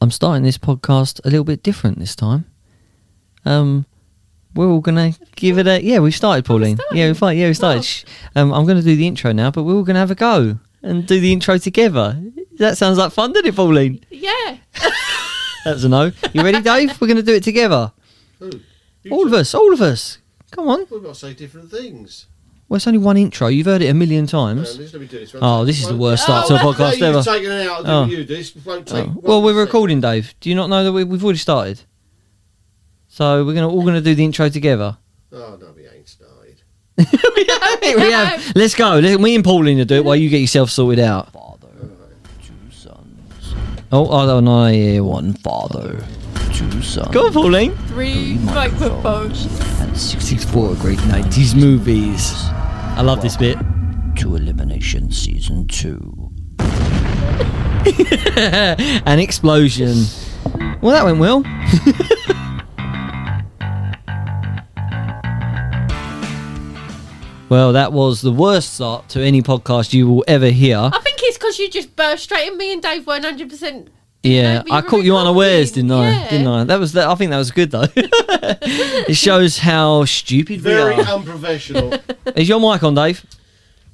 I'm starting this podcast a little bit different this time. Um, we're all gonna give it a yeah. We've started, Pauline. Yeah, we fi- yeah, we started. Shh. Um, I'm gonna do the intro now, but we're all gonna have a go and do the intro together. That sounds like fun, doesn't it, Pauline? Yeah. That's a no. You ready, Dave? We're gonna do it together. Who? You All of two- us. All of us. Come on. We've got to say different things. Um, Well, it's only one intro. You've heard it a million Hang on, times. let's- let me do this. Won't Oh, take- this is the won't- worst start to a Oh, No, podcast ever. you've taken it out. Oh. do you do this. Won't take. Oh. one Well, we're second. recording, Dave. Do you not know that we, we've already started? So we're gonna all gonna do the intro together. Oh no, we ain't started. we have it. We have. Let's go. Let me and Pauline do it while you get yourself sorted out. father, two sons. Oh, oh no, no, yeah, one. One father, two sons. Go on, Pauline. Three microphones. And 64 great 90s movies. I love this bit. to Elimination Season 2. An explosion. Well, that went well. well, that was the worst start to any podcast you will ever hear. I think it's because you just burst straight and me and Dave weren't 100%. Yeah, No, but I you caught were you unawares, recording. didn't I? Yeah. Didn't I? That was. The, I think that was good though. it shows how stupid Very we are. unprofessional. Is your mic on, Dave?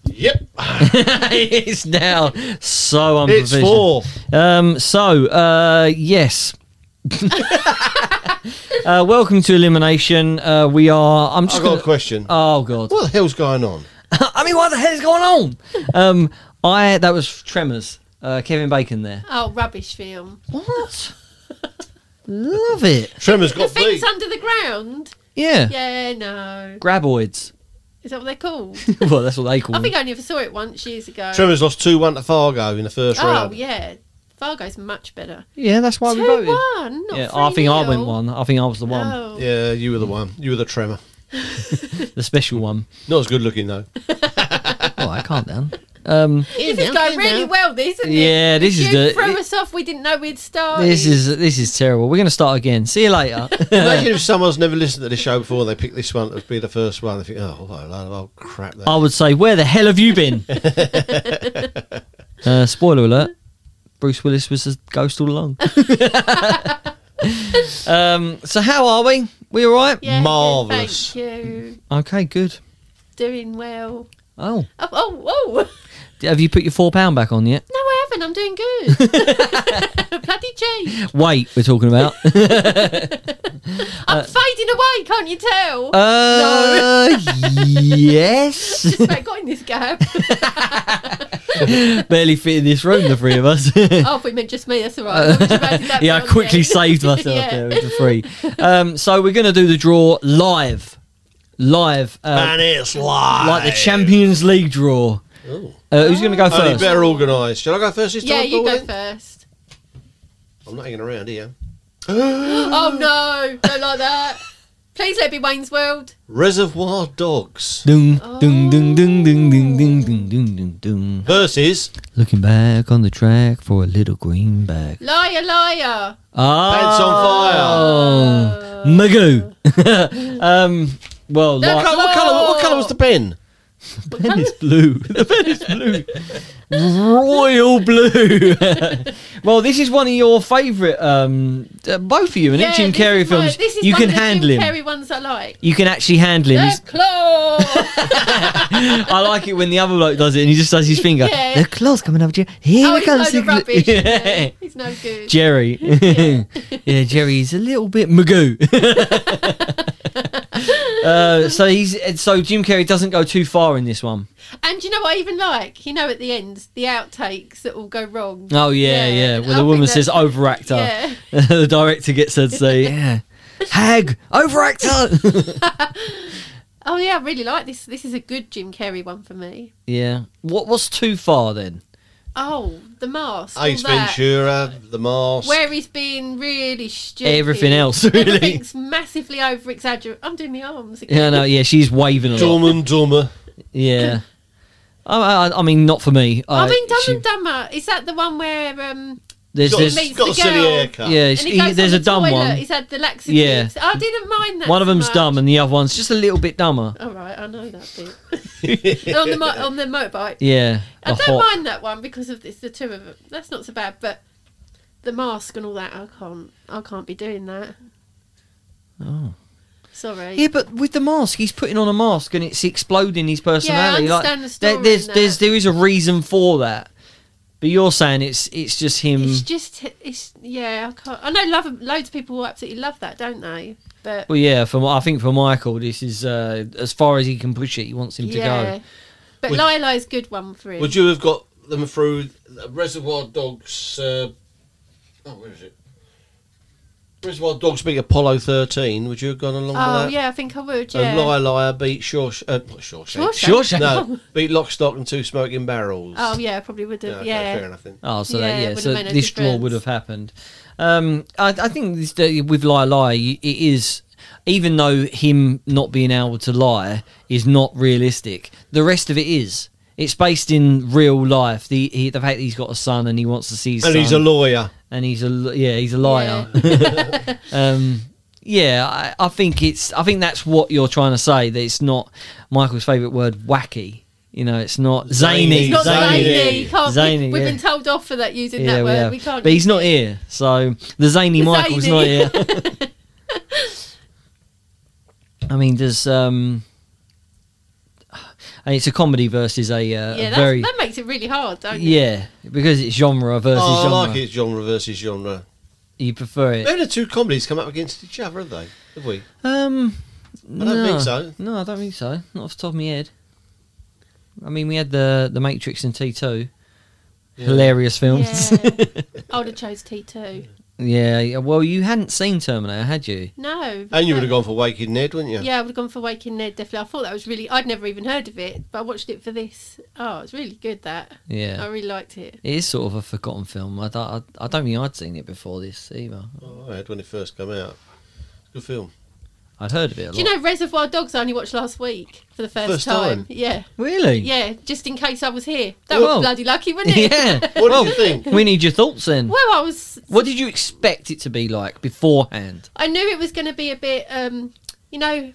yep. it's now so It's unprofessional. four. Um, so, uh, yes. uh, welcome to Elimination. Uh, we are. I'm I just. got a Gonna, question. oh God. What the hell's going on? I mean, what the hell is going on? Um, I that was Tremors. Uh, Kevin Bacon there. Oh, rubbish film. What? Love it. Tremor's The got things beat. under the ground? Yeah. Yeah, no. Graboids. Is that what they're called? well, that's what they call. I them. think I only ever saw it once years ago. Tremor's lost two one to Fargo in the first oh, round. yeah. Fargo's much better. Yeah, that's why 2 we voted. 1. Not Yeah, I think I went one. I think I was the one, Oh. Yeah, you were the one. You were the tremor. the special one. Not as good looking though. Oh, I can't down. Um, This is going really well, this, isn't it? yeah, this is you the. threw us off. We didn't know we'd started. This is this is terrible. We're going to start again. See you later. Imagine if someone's never listened to this show before and they pick this one to be the first one. They think, oh, what a load of old crap. That. I would say, where the hell have you been? uh, spoiler alert: Bruce Willis was a ghost all along. um, so how are we? We all right? yeah, good, marvellous. Thank you. Okay, good. Doing well. Oh, Oh, oh, oh. have you put your four pound back on yet? No, I haven't. I'm doing good. Bloody cheap. Weight we're talking about. I'm fading away, can't you tell? Uh, yes. Just about got in this gap. Barely fit in this room, the three of us. oh, if we meant just me, that's all right. I've already that yeah, I bit on quickly there. saved myself Yeah. there with the three. Um, so we're going to do the draw live, live, uh, and it's live. like the Champions League draw. Ooh. Uh, who's going to go Only first? better organised. Shall I go first this Yeah, time? you Pauline? go first. I'm not hanging around here. Oh, no. Don't like that. Please let it be Wayne's World. Reservoir Dogs Dun, Oh. dun, dun, dun, dun, dun, dun, dun, dun, dun, dun. versus Looking back on the track for a little greenback. Liar, liar. Uh, Oh, Pants on Magoo. um, well, Don't like, come- what colour? What colour was the pen? the pen is blue. The pen is blue. Royal blue. well, this is one of your favourite, um, uh, both of you, and Yeah, Jim this Carrey is my- films. this is you one can of the handle Jim him. Carrey ones I like. You can actually handle him. The He's- claw. Oh, I like it when the other bloke does it and he just does his finger. Yeah. The claw's coming up, Jerry. Here oh, it he's no comes. load of rubbish. Yeah. Yeah, He's no good. Jerry. Yeah. Jerry's a little bit magoo. uh, so he's so Jim Carrey doesn't go too far in this one. And you know what I even like? You know, at the end, the outtakes that all go wrong. Oh yeah, yeah. Yeah, Well, I the woman think says that's- overactor. Yeah. the director gets her to say, "Yeah, hag, overactor." Oh yeah, I really like this. This is a good Jim Carrey one for me. yeah. What was too far then? Oh, the mask. all Ace that. Ventura, The Mask. Where he's being really stupid. Everything else, really. Everything's massively over exaggerated. I'm doing the arms again. Yeah, no, yeah. She's waving a lot. Dumb and Dumber. Yeah. I, I, I mean, not for me. I mean, Dumb she- and Dumber. Is that the one where um There's Got, this. meets got the a silly girl. haircut. Yeah, and she- he goes e, there's on a the dumb toilet, one. He's had the laxatives. Yeah. I didn't mind that. One of so them's much. dumb, and the other one's just a little bit dumber. All right, I know that bit. And on the mo- on the motorbike. Yeah. I a don't hot- mind that one because of it's the two of them. That's not so bad, but the mask and all that. I can't. I can't be doing that. Oh. Sorry. Yeah, but with the mask, he's putting on a mask and it's exploding his personality. Yeah, I like, understand there- the story there's, in that. there's, there is a reason for that. But you're saying it's it's just him. It's just. It's yeah. I can't. I know. Love. Loads of people absolutely love that, don't they? But well, yeah. For I think for Michael, this is uh, as far as he can push it. He wants him to yeah. go. But Would- Lila's good one for him. Would you have got them through Reservoir Dogs? Uh, oh, where is it? Reservoir Dogs beat Apollo 13. Would you have gone Oh along with that? yeah, I think I would. Yeah. And Liar Liar beat Shawsh- uh, not Shawshank. Shawshank? Shawshank? No, beat Lock, Stock and Two Smoking Barrels. Oh yeah, I probably would have. okay, yeah. fair enough then. Oh, so Yeah, it that, yeah. would've So made a this draw difference. would have happened. Um, I, I think this, uh, with Lie Lie, it is even though him not being able to lie is not realistic. The rest of it is. It's based in real life. The he, the fact that he's got a son and he wants to see his And son, he's a lawyer. and he's a li- yeah he's a liar. um, yeah, I, I think it's I think that's what you're trying to say. That it's not Michael's favourite word wacky. You know, it's not zany. Zany. It's not Zany. zany. You can't, Zany, we, we've yeah. been told off for that using Yeah, that we word. have. We can't. But he's use not it. here, so the zany The Michael's zany. not here. I mean, there's um, and it's a comedy versus a uh, Yeah, a that's, very that makes it really hard, don't it? yeah because it's genre versus Oh, I genre. like it, genre versus genre. You prefer it? They're the two comedies come up against each other, have they? Have we? Um, I don't no. think so. No, I don't think so. Not off the top of my head. I mean, we had the the Matrix and T two, Yeah. hilarious films. Yeah. I would have chose T two. Yeah. yeah, Well, you hadn't seen Terminator, had you? No. And you would have gone for Waking Ned, wouldn't you? Yeah, I would have gone for Waking Ned. Definitely. I thought that was really. I'd never even heard of it, but I watched it for this. Oh, it's really good. That I Yeah. really liked it. It is sort of a forgotten film. I don't, I, I don't think I'd seen it before this either. Oh, I had when it first came out. Good film. I'd heard of it a lot. Do you know Reservoir Dogs? I only watched last week for the first, First time? Yeah, really? yeah. Just in case I was here, that Whoa. was bloody lucky, wouldn't it? Yeah. What well, did you think? we need your thoughts then. Well, I was. What did you expect it to be like beforehand? I knew it was going to be a bit. Um, you know,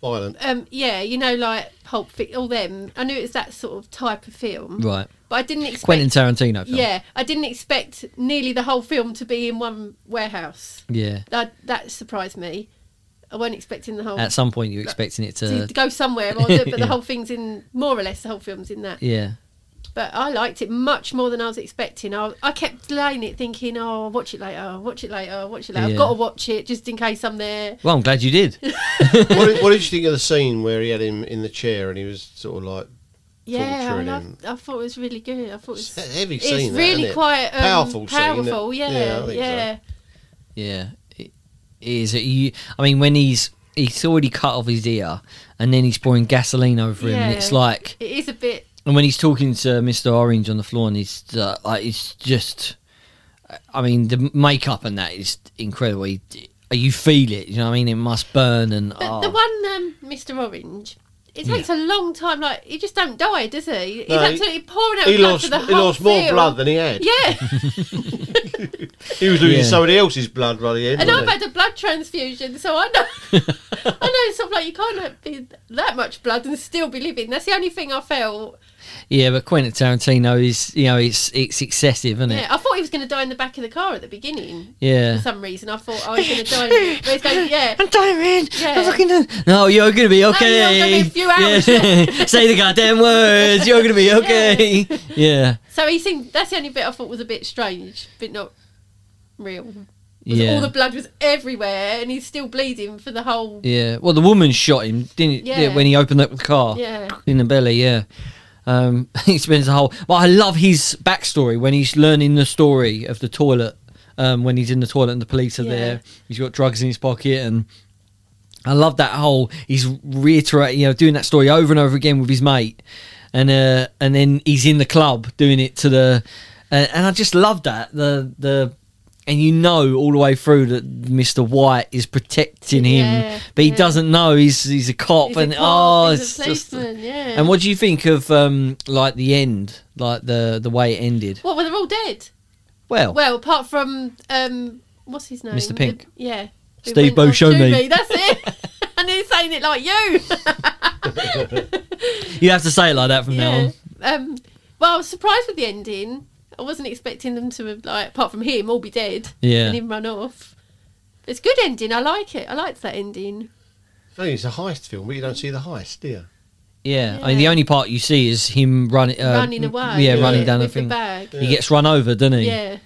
Violent. um, yeah, you know, like Pulp Fic all them. I knew it was that sort of type of film, Right. but I didn't expect. Quentin Tarantino film. yeah, I didn't expect nearly the whole film to be in one warehouse. Yeah. That that surprised me. I wasn't expecting the whole At some point, you're expecting it to, uh, to. to go somewhere, or the, but the Yeah. whole thing's in more or less the whole film's in that. Yeah. But I liked it much more than I was expecting. I, I kept delaying it, thinking, "Oh, I'll watch it later. I'll watch it later. I'll watch it later. Yeah. I've got to watch it just in case I'm there." Well, I'm glad you did. what, did, what did you think of the scene where he had him in the chair and he was sort of like Yeah, I, Torturing loved, I thought it was really good. I thought it it's was. a heavy It's scene? that, really isn't it? quite um, Powerful scene, isn't it? Powerful, yeah, Yeah, I yeah. think so. Yeah, it is. It, you, I mean, when he's he's already cut off his ear, and then he's pouring gasoline over him. And Yeah. it's like, It is a bit. and when he's talking to Mister Orange on the floor, and he's uh, like, it's just, I mean, the makeup and that is incredible. You, you feel it. You know what I mean? It must burn and. But Oh. the one, um, Mr. Orange, it Yeah. takes a long time. Like he just don't die, does he? He's No, he- absolutely pouring out He blood lost, for the he whole lost more film. blood than he had. Yeah, He was losing Yeah. somebody else's blood by the end. and I've wasn't he? had a blood transfusion, so I know. I know it's sort of like you can't have be that much blood and still be living. That's the only thing I felt. yeah, but Quentin Tarantino is, you know, it's it's excessive, isn't Yeah, it? I thought he was going to die in the back of the car at the beginning. Yeah. For some reason, I thought I was going to die. in- but he's going, yeah. I'm dying. Yeah. Oh, I'm fucking done. No, you're gonna be okay. you're gonna be a few hours. Yeah. Say the goddamn words. You're gonna be okay. Yeah. So he seemed. That's the only bit I thought was a bit strange, but not real. 'Cause Yeah. All the blood was everywhere, and he's still bleeding for the whole. yeah. Well, the woman shot him, didn't Yeah. yeah. when he opened up the car Yeah. in the belly. Yeah. Um, he spends the whole. But I love his backstory when he's learning the story of the toilet. Um, when he's in the toilet and the police are Yeah. there, he's got drugs in his pocket and. I love that whole. He's reiterating, you know, doing that story over and over again with his mate, and uh, and then he's in the club doing it to the, uh, and I just love that the the, and you know all the way through that Mister White is protecting him, Yeah, but he yeah. doesn't know he's he's a cop, He's and a cop, oh, he's a it's just. policeman, yeah. And what do you think of um like the end, like the the way it ended? What? Well, they're all dead. Well, Well, apart from um, what's his name? Mr. Oh. Pink. The- yeah. who Steve went on Buscemi. Tubi, That's it. and he's saying it like you. you have to say it like that from now yeah. on. Um. Well, I was surprised with the ending. I wasn't expecting them to like, apart from him, all be dead Yeah. and him run off. It's a good ending. I like it. I liked that ending. I mean, it's a heist film, but you don't see the heist, do you? Yeah. I mean, the Yeah. only part you see is him running, uh, running away. Yeah, isn't running it, down the with thing. bag. He gets run over, doesn't he? Yeah.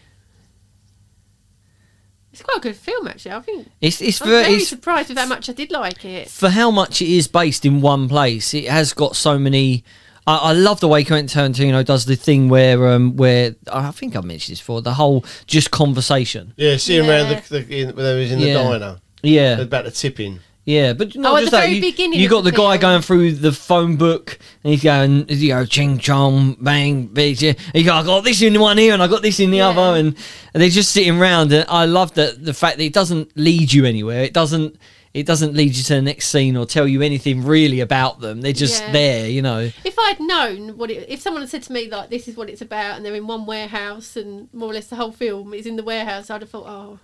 It's quite a good film, actually. I think It's it's I'm very, very it's surprised with how much I did like it. for how much it is based in one place, it has got so many. I, I love the way Quentin Tarantino does the thing where, um, where I think I mentioned this before, the whole just conversation. Yeah, see him around Yeah. the, the in, when he was in Yeah. the diner Yeah, about the tipping. yeah, but not Oh, at just the that. very you, beginning you of got the the guy film. going through the phone book, and he's going, you know, ching chong bang, bang. yeah. He go, I got this in one ear, and I got this in the Yeah. other, and, and they're just sitting round. And I love that the fact that it doesn't lead you anywhere. It doesn't. It doesn't lead you to the next scene or tell you anything really about them. They're just Yeah. there, you know. If I'd known what it, if someone had said to me like this is what it's about and they're in one warehouse and more or less the whole film is in the warehouse, I'd have thought, oh,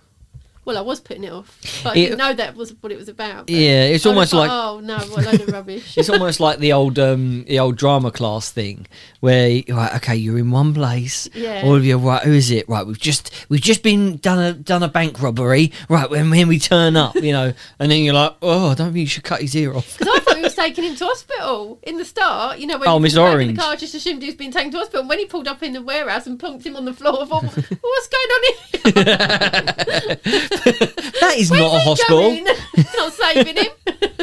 well, I was putting it off, but I It- didn't know that was what it was about. but Yeah, it's I would almost have like thought, oh no, what a load of rubbish. it's almost like the old um, the old drama class thing where you- right, okay, you're in one place. Yeah. All of you, right? Who is it? Right, we've just we've just been done a done a bank robbery. Right, when when we turn up, you know, and then you're like, oh, I don't think you should cut his ear off. Because I thought he was taking him to hospital in the start. You know, when Oh, he was Mr. in the back of Orange. The car I just assumed he was being taken to hospital. And when he pulled up in the warehouse and plonked him on the floor, I thought, "Well, what's going on here? that is Where's not a he hospital. going? It's not saving him. It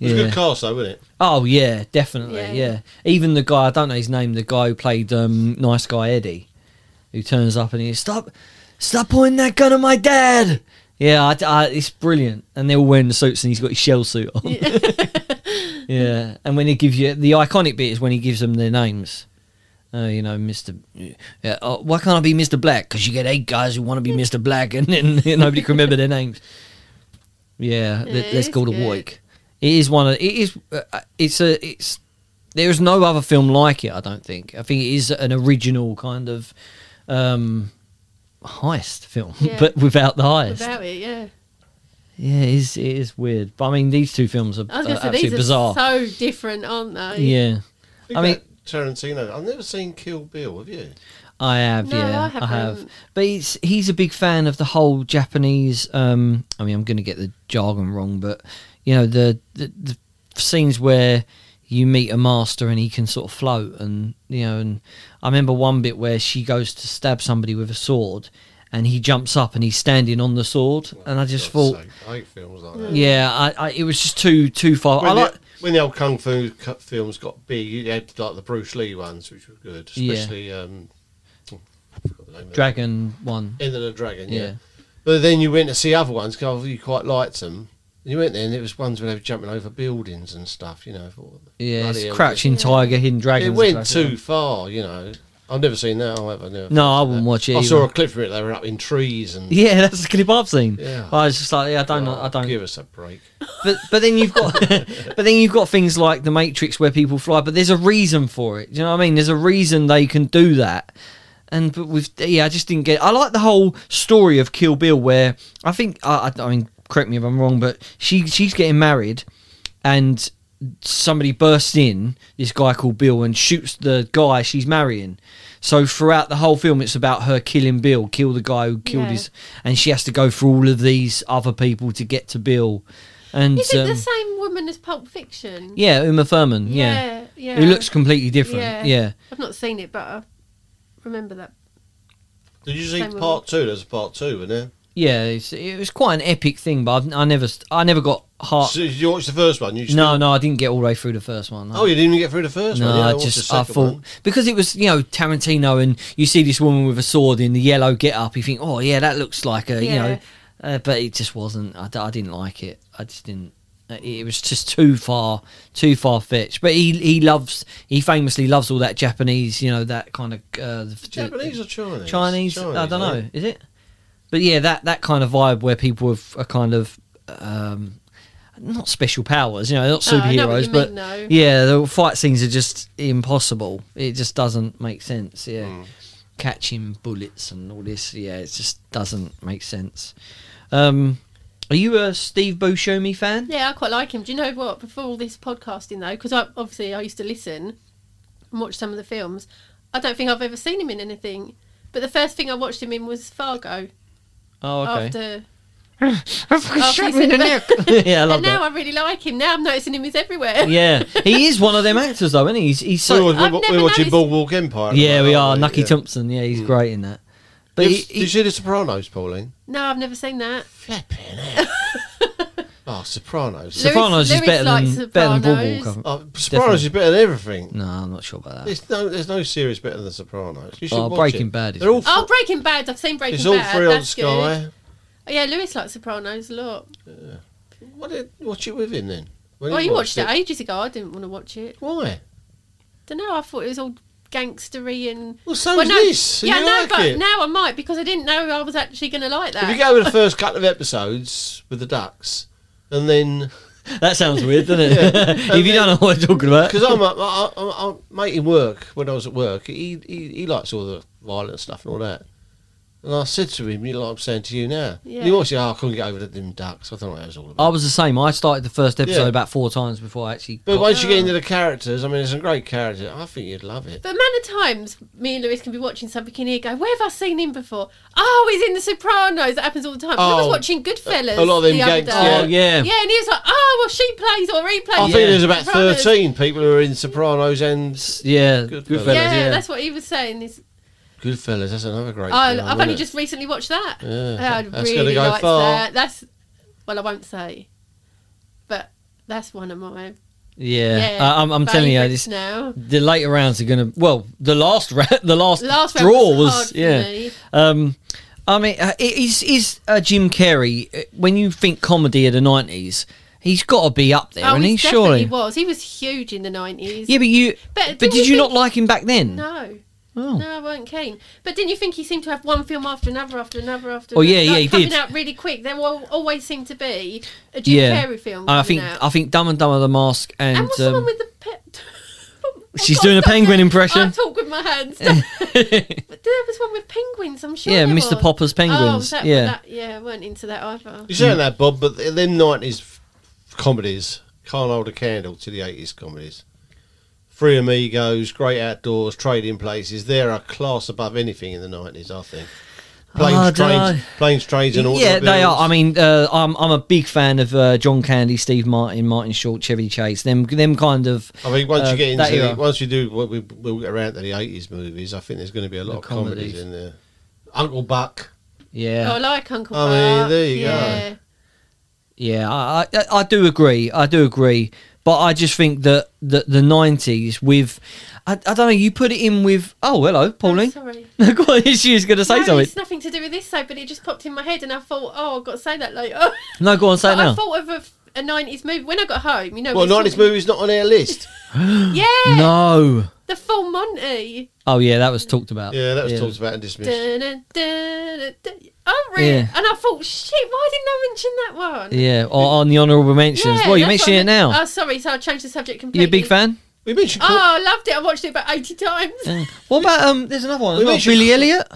was a good Yeah. cast, though, wasn't it? Oh yeah, definitely. Yeah. Yeah. Even the guy I don't know his name, the guy who played um, nice guy Eddie, who turns up and he's stop, stop pointing that gun at my dad. Yeah, I, I, it's brilliant. And they're all wearing the suits, and he's got his shell suit on. Yeah. and when he gives you the iconic bit is when he gives them their names. Uh, you know, Mister. Yeah, oh, why can't I be Mister Black? Because you get eight guys who want to be Mister Black, and then nobody can remember their names. Yeah, Yeah, let, it let's is go to good. Warwick. It is one of it is. Uh, it's a it's. There is no other film like it. I don't think. I think it is an original kind of um, heist film, Yeah. but without the heist. About it, yeah. yeah, it is, it is weird. But I mean, these two films are, I are was going to say, absolutely these bizarre. are so different, aren't they? yeah, Think I mean- about Tarantino. I've never seen Kill Bill. Have you? I have. No, yeah, I I have. haven't. But he's he's a big fan of the whole Japanese. Um, I mean, I'm going to get the jargon wrong, but you know the, the the scenes where you meet a master and he can sort of float, and you know, and I remember one bit where she goes to stab somebody with a sword, and he jumps up and he's standing on the sword, Oh and I just God's thought, sake, I hate films like that. yeah, I, I it was just too too far. When, I like. the, when the old kung fu cu- films got big, you had like the Bruce Lee ones, which were good, Yeah. especially um, oh, I forgot the name of it. Dragon one. End of the Dragon. Yeah. Yeah. But then you went to see other ones because you quite liked them. And you went there, and it was ones where they were jumping over buildings and stuff. You know, I thought, Yeah, bloody it's hell, crouching just- tiger, hidden dragon. It went too far. You know, I've never seen that. I have never. No, I wouldn't watch it. I either. saw a clip from it. They were up in trees and. Yeah, that's the clip I've seen. Yeah. I was just like, yeah, I don't, Oh, I don't. Give us a break. But but then you've got, but then you've got things like the Matrix where people fly. But there's a reason for it. Do you know what I mean? There's a reason they can do that. And but with yeah, I just didn't get. I like the whole story of Kill Bill where I think I, I, I mean, correct me if I'm wrong, but she she's getting married, and somebody bursts in this guy called Bill and shoots the guy she's marrying. So throughout the whole film, it's about her killing Bill, kill the guy who killed Yeah. his, and she has to go through all of these other people to get to Bill. And Is it um, the same woman as Pulp Fiction? yeah, Uma Thurman, yeah, Yeah. yeah. who looks completely different, Yeah. yeah. I've not seen it, but I remember that. Did you see Same with part two? There's a part two, wasn't there? Yeah, it's, it was quite an epic thing, but I've, I never, st- I never got heart. So did you watch the first one? You just Oh. no, no, I didn't get all the way through the first one. no. Oh, you didn't even get through the first no, one. Yeah, I watched the just I second thought one. because it was you know Tarantino and you see this woman with a sword in the yellow get up, you think, oh yeah, that looks like a you know, Yeah. uh, but it just wasn't. I, d- I didn't like it. I just didn't. uh, It was just too far, too far fetched. But he he loves he famously loves all that Japanese, you know, that kind of uh, the- Japanese or Chinese? Chinese, I don't know. eh? Is it? But yeah, that that kind of vibe where people have a kind of um, not special powers, you know, they're not Oh, I know what superheroes, you but mean, though. yeah, the fight scenes are just impossible. It just doesn't make sense. Yeah, catching bullets and all this. Yeah, it just doesn't make sense. Um, are you a Steve Buscemi fan? Yeah, I quite like him. Do you know what? Before all this podcasting, though, because I, obviously I used to listen and watch some of the films, I don't think I've ever seen him in anything. But the first thing I watched him in was Fargo. Oh, okay. After, That's shot me in the neck. yeah, I love and now that. I really like him. Now I'm noticing him is everywhere. Yeah, he is one of them actors, though, isn't he? He's, he's so. we're, I've we're- never we're noticed- watching Boardwalk Empire. at the yeah, we moment, are. aren't Nucky Yeah. Thompson. Yeah, he's great in that. But Did he, you- did you he, see The Sopranos, Pauline? No, I've never seen that. Flipping it. oh, Sopranos. Louis- Sopranos is Louis better than likes better than Sopranos. Boardwalk. I- Oh, Sopranos is better than everything. No, I'm not sure about that. There's no, there's no series better than The Sopranos. You should Oh, watch Breaking it. Bad is They're all Oh, fr- Breaking Bad. I've seen Breaking it's all Bad. free on That's Sky. Good. Oh, yeah, Lewis likes Sopranos a lot. What did, watch it with him then? When well, he you Oh, watched it ages ago. I didn't want to watch it. Why? Don't know. I thought it was all gangstery and. Well, so Well, is no- this. and yeah, you no, like but it. now I might because I didn't know I was actually going to like that. If you go with the first couple of episodes with the ducks, and then That sounds weird, doesn't it? if you don't know what I'm talking about. because I'm, a- I- I- I'm, I'm making work when I was at work, he, he he likes all the violent stuff and all that. And I said to him, "You know, like I'm saying to you now." Yeah. He watched it. Oh, I couldn't get over the dim ducks. I don't know what that was all about. I was the same. I started the first episode Yeah. about four times before I actually. but got- once oh. you get into the characters, I mean, there's some great characters. I think you'd love it. The amount of times me and Lewis can be watching something and he go, "Where have I seen him before?" Oh, he's in The Sopranos. That happens all the time. 'Cause I was Oh, watching Goodfellas. a lot of them the other gangs- oh day. yeah, Yeah, and he was like, "Oh, well, she plays or he plays." I Yeah. think there's about Sopranos." 13 people who are in Sopranos and yeah, Goodfellas. Goodfellas. Yeah, Yeah, that's what he was saying. Is Goodfellas. That's another oh, great. film, I've isn't only it? just recently watched that. Yeah, I that's really gonna go liked far. that. That's well, I won't say, but that's one of my. yeah. yeah, I, I'm, I'm telling you, favourites this, now. the later rounds are gonna. Well, the last ra- the last, Last round draw was was, hard for yeah. me. Oh, Um, I mean, uh, is is uh, Jim Carrey uh, when you think comedy of the nineties? He's got to be up there, Oh, and he he's definitely surely. was. He was huge in the nineties. Yeah, but you. But But, didn't did you you not think- like him back then? No, Oh. no, I weren't keen. But didn't you think he seemed to have one film after another, after another, after? Oh, another, yeah, like, yeah, he coming did. out really quick. There will always seem to be a Jim Yeah. Carrey film. I coming think out. I think Dumb and Dumber the Mask and, and what's the um, one with the pet? I've She's got doing a something. penguin impression. I talk with my hands. but there was one with penguins. I'm sure. yeah, there Mr. was. Popper's Penguins. Oh, that, yeah, that, yeah, I weren't into that either. You're saying that, Bob, but th- them nineties f- comedies can't hold a candle to the eighties comedies. Three Amigos, Great Outdoors, Trading Places. They're a class above anything in the nineties, I think. Planes, Oh, I dunno. trains, planes, trains, and all. yeah, they are. I mean, uh, I'm I'm a big fan of uh, John Candy, Steve Martin, Martin Short, Chevy Chase. Them them kind of. I think once uh, you get that into era. the, once you do, what we, we'll get around to the eighties movies. I think there's going to be a lot The of comedies. comedies. in there. Uncle Buck. yeah, Oh, I like Uncle I Buck. mean, there you go. yeah. Yeah, I, I I do agree. I do agree, but I just think that the the nineties with I, I don't know. You put it in with oh hello, Oh, Pauline. sorry. No, go on, she was going to say no, something. it's nothing to do with this side, but it just popped in my head, and I thought, oh, I've got to say that later. No, go on, say it But I now. thought of a, a 90s movie when I got home, you know. Well, we were nineties talking- movies not on our list. Yeah, No. The Full Monty. Oh yeah, that was talked about. Yeah, that was talked about and dismissed. Dun, dun, dun, dun, dun. Oh, really? Yeah. And I thought, shit, why didn't I mention that one? Yeah, or on the honourable mentions. well, you that's mentioning what it now. Oh, sorry, so I changed the subject completely. you a big fan? We mentioned. Oh, I loved it. I watched it about 80 times. Yeah. What about um? There's another one. as We well, mentioned- Billy Elliot.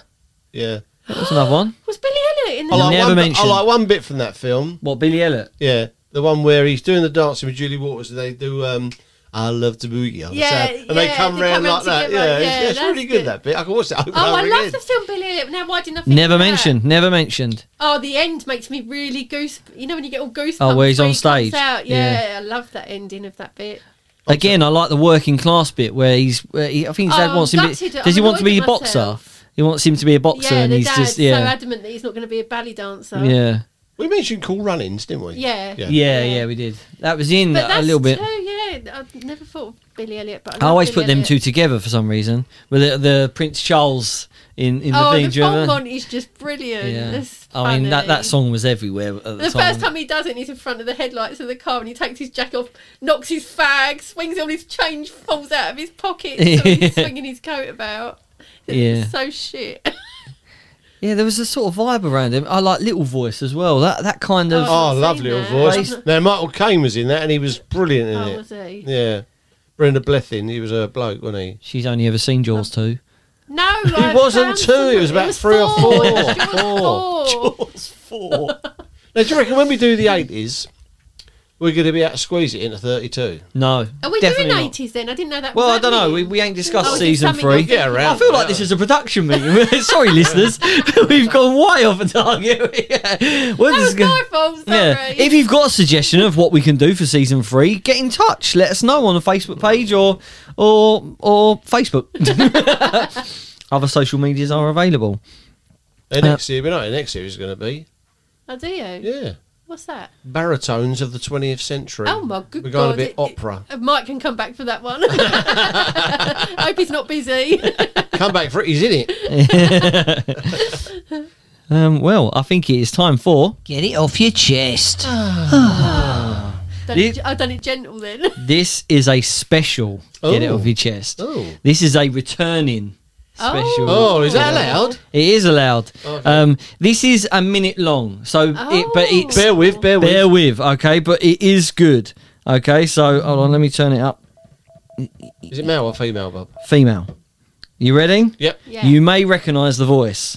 yeah, That was another one. Was Billy Elliot in I Oh, there? like Never one bit- I mentioned. like one bit from that film. What Billy Elliot? Yeah, the one where he's doing the dancing with Julie Waters and they do um, I love to boogie on the Yeah, side. and they yeah, come they round come round like that. together. Yeah, Yeah, it's, it's that's really good, good. that bit. I can watch that over and Oh, over I again. love the film Billy Elliot. Now, why didn't I think Never of that? mentioned. Never mentioned. Oh, the end makes me really goose. You know when you get all goosebumps. Oh, where he's when on he comes stage? Out. Yeah, I love that ending of that bit. Again, I like the working class bit where he's. Where he, I think his Oh, dad I'm wants him. to- gutted. does he I'm want to be a annoyed at boxer? myself. He wants him to be a boxer, yeah, and the he's dad's just so yeah, adamant that he's not going to be a ballet dancer. yeah, We mentioned Cool Runnings, didn't we? Yeah. Yeah. yeah, Yeah. yeah. We did. That was in But Mm, a that's little bit. Too, yeah, I've never thought of Billy Elliot, but I, I love always Billy put them two Elliot. together for some reason. With the, the Prince Charles in in the Oh, thing. the do you Bon remember? Bon is just brilliant. Yeah. It's I mean that, funny. that song was everywhere at the, The first time he does it, he's in front of the headlights of the car, and he takes his jacket off, knocks his fag, swings all his change, falls out of his pocket, so he's swinging his coat about. It's Yeah. so shit. Yeah, there was a sort of vibe around him. I like Little Voice as well. That that kind of. Oh, I've lovely seen little that. voice. Now, Michael Caine was in that and he was brilliant in oh, it. was he? Yeah. Brenda Blethyn, he was a bloke, wasn't he? She's only ever seen Jaws Oh. two. No, He wasn't two, it was about three or four. Four. Four. Now, do you reckon when we do the 80s, We're going to be able to squeeze it into 32. No. Are we definitely doing not. eighties then? I didn't know that. Well, was I don't know. happening. We, we ain't Oh, discussed is it season something three. you're Yeah, around I feel like that. this is a production meeting. Sorry, listeners. We've gone way off the target. yeah. Where's That this was go- my fault. Sorry. Yeah. If you've got a suggestion of what we can do for season three, get in touch. Let us know on the Facebook page or or or Facebook. Other social medias are available. And Uh, next year, we know what next year is going to be. oh, do you? Yeah. What's that? Baritones of the 20th century. Oh my good We're god! going a bit it- opera. it- Uh, Mike can come back for that one. Hope he's not busy. Come back for it. He's in it. Um, well, I think it is time for Get it off your chest. done it, I've done it gentle then. this is a special. Get it Oh. off your chest. Oh. This is a returning special. Oh, is that allowed? It is allowed. Okay. Um, this is a minute long, so it, but Oh. it's Bear with, bear with. bear with, okay? But it is good, okay? So hold on, let me turn it up. Is it male or female, Bob? Female, you ready? Yep. Yeah. You may recognise the voice.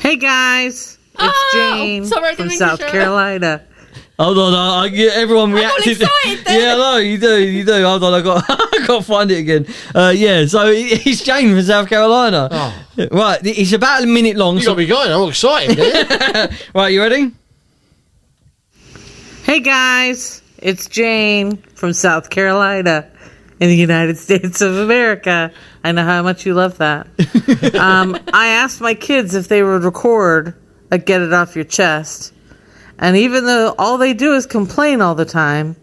Hey guys, it's Oh, Jane sorry, I didn't from mean to South shout. Carolina. Hold on, I, I get everyone reacted. excited then. yeah, I know you do, you do. Hold on, I got, I got to find it again. Uh, yeah, so it- it's Jane from South Carolina. Oh. Right, it's about a minute long. You got So, me going. I'm excited. man. right, you ready? Hey guys, it's Jane from South Carolina in the United States of America. I know how much you love that. um, I asked my kids if they would record a Get It Off Your Chest, and even though all they do is complain all the time,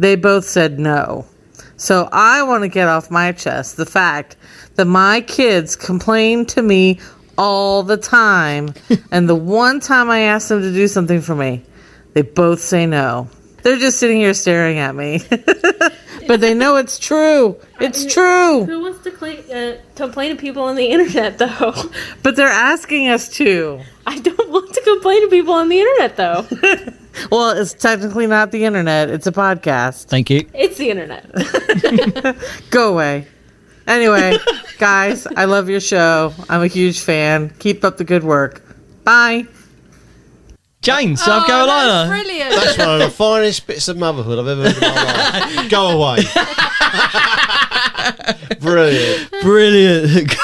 they both said no. So I want to get off my chest the fact that my kids complain to me all the time. and the one time I asked them to do something for me, they both say no. They're just sitting here staring at me. but they know it's true. It's true. Who wants to cla uh, complain to people on the internet, though? But they're asking us to. I don't want to complain to people on the internet, though. Well, it's technically not the internet, it's a podcast. Thank you. It's the internet. Go away. Anyway, guys, I love your show. I'm a huge fan. Keep up the good work. Bye. Jane, South Oh, Carolina. That's brilliant. That's one of the finest bits of motherhood I've ever heard in my life. Go away. Brilliant. Brilliant.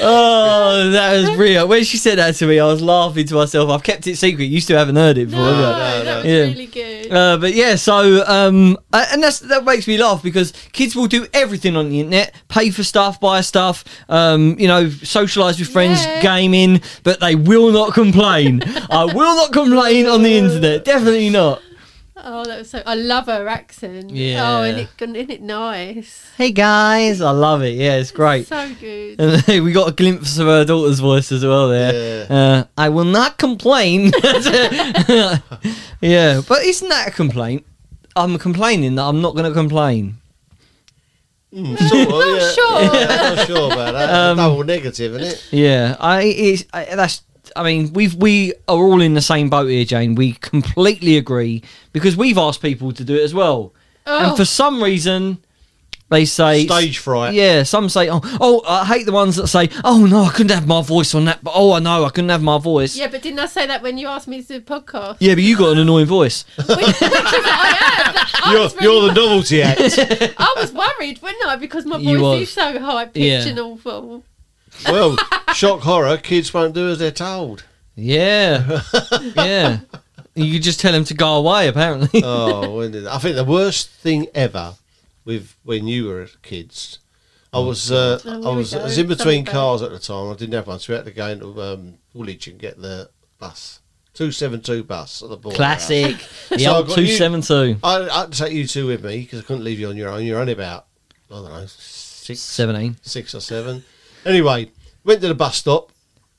oh, that was brilliant. When she said that to me, I was laughing to myself. I've kept it secret. You still haven't heard it before. no, have you? Oh, that was Yeah. really good. Uh, but yeah, so um, uh, and that's that makes me laugh because kids will do everything on the internet, pay for stuff, buy stuff, um, you know, socialise with friends, Yeah. gaming, but they will not complain. I will not complain on the internet, definitely not. Oh, that was so. I love her accent. Yeah. Oh, and it, isn't it nice? Hey guys, I love it. Yeah, it's great. So good. And we got a glimpse of her daughter's voice as well there. Uh, I will not complain. yeah, but isn't that a complaint? I'm complaining that I'm not going to complain. Mm, sort of, Not yeah. sure. Yeah, not sure about that. Um, Double negative, isn't it? Yeah, I it's I, that's. I mean, we've we are all in the same boat here, Jane. We completely agree because we've asked people to do it as well, Oh, and for some reason, they say Stage fright. Yeah, some say, "Oh, oh, I hate the ones that say, oh no, I couldn't have my voice on that." But oh, I know, I couldn't have my voice. yeah, but didn't I say that when you asked me to do the podcast? Yeah, but you got an annoying voice. Which, which is I am. I You're, was Oh, really- you're the novelty act. I was worried, wasn't I? Because my You voice was. is so high pitched Yeah. and awful. well, shock horror, kids won't do as they're told. Yeah, yeah. You just tell him to go away. Apparently, Oh, when did, I think the worst thing ever with when you were kids, I was uh, Oh, I here we was I go. was in between Something about- cars at the time. I didn't have one, so we had to go into um, Woolwich and get the bus, two seven two bus at the border. classic. The So I old got you- two seven two I, I had to take you two with me because I couldn't leave you on your own. You're only about I don't know six seventeen. six or seven. Anyway, went to the bus stop,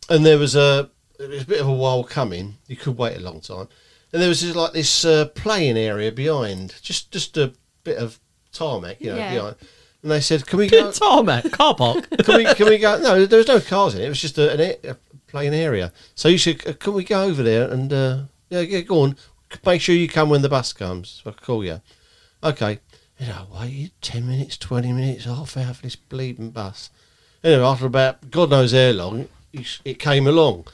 and there was a it was a bit of a while coming. You could wait a long time, and there was this, like this uh, playing area behind, just just a bit of tarmac, you know, Yeah. behind. And they said, "Can we go? Good tarmac car park. Can we? Can we go? No, there was no cars in it. It was just a, an, a- a playing area. So you said, "Uh, "Can we go over there and uh, yeah, yeah, go on? Make sure you come when the bus comes. I'll call you." Okay. And I waited ten minutes, twenty minutes, half hour for this bleeding bus. Anyway, after about God knows how long, it it came along.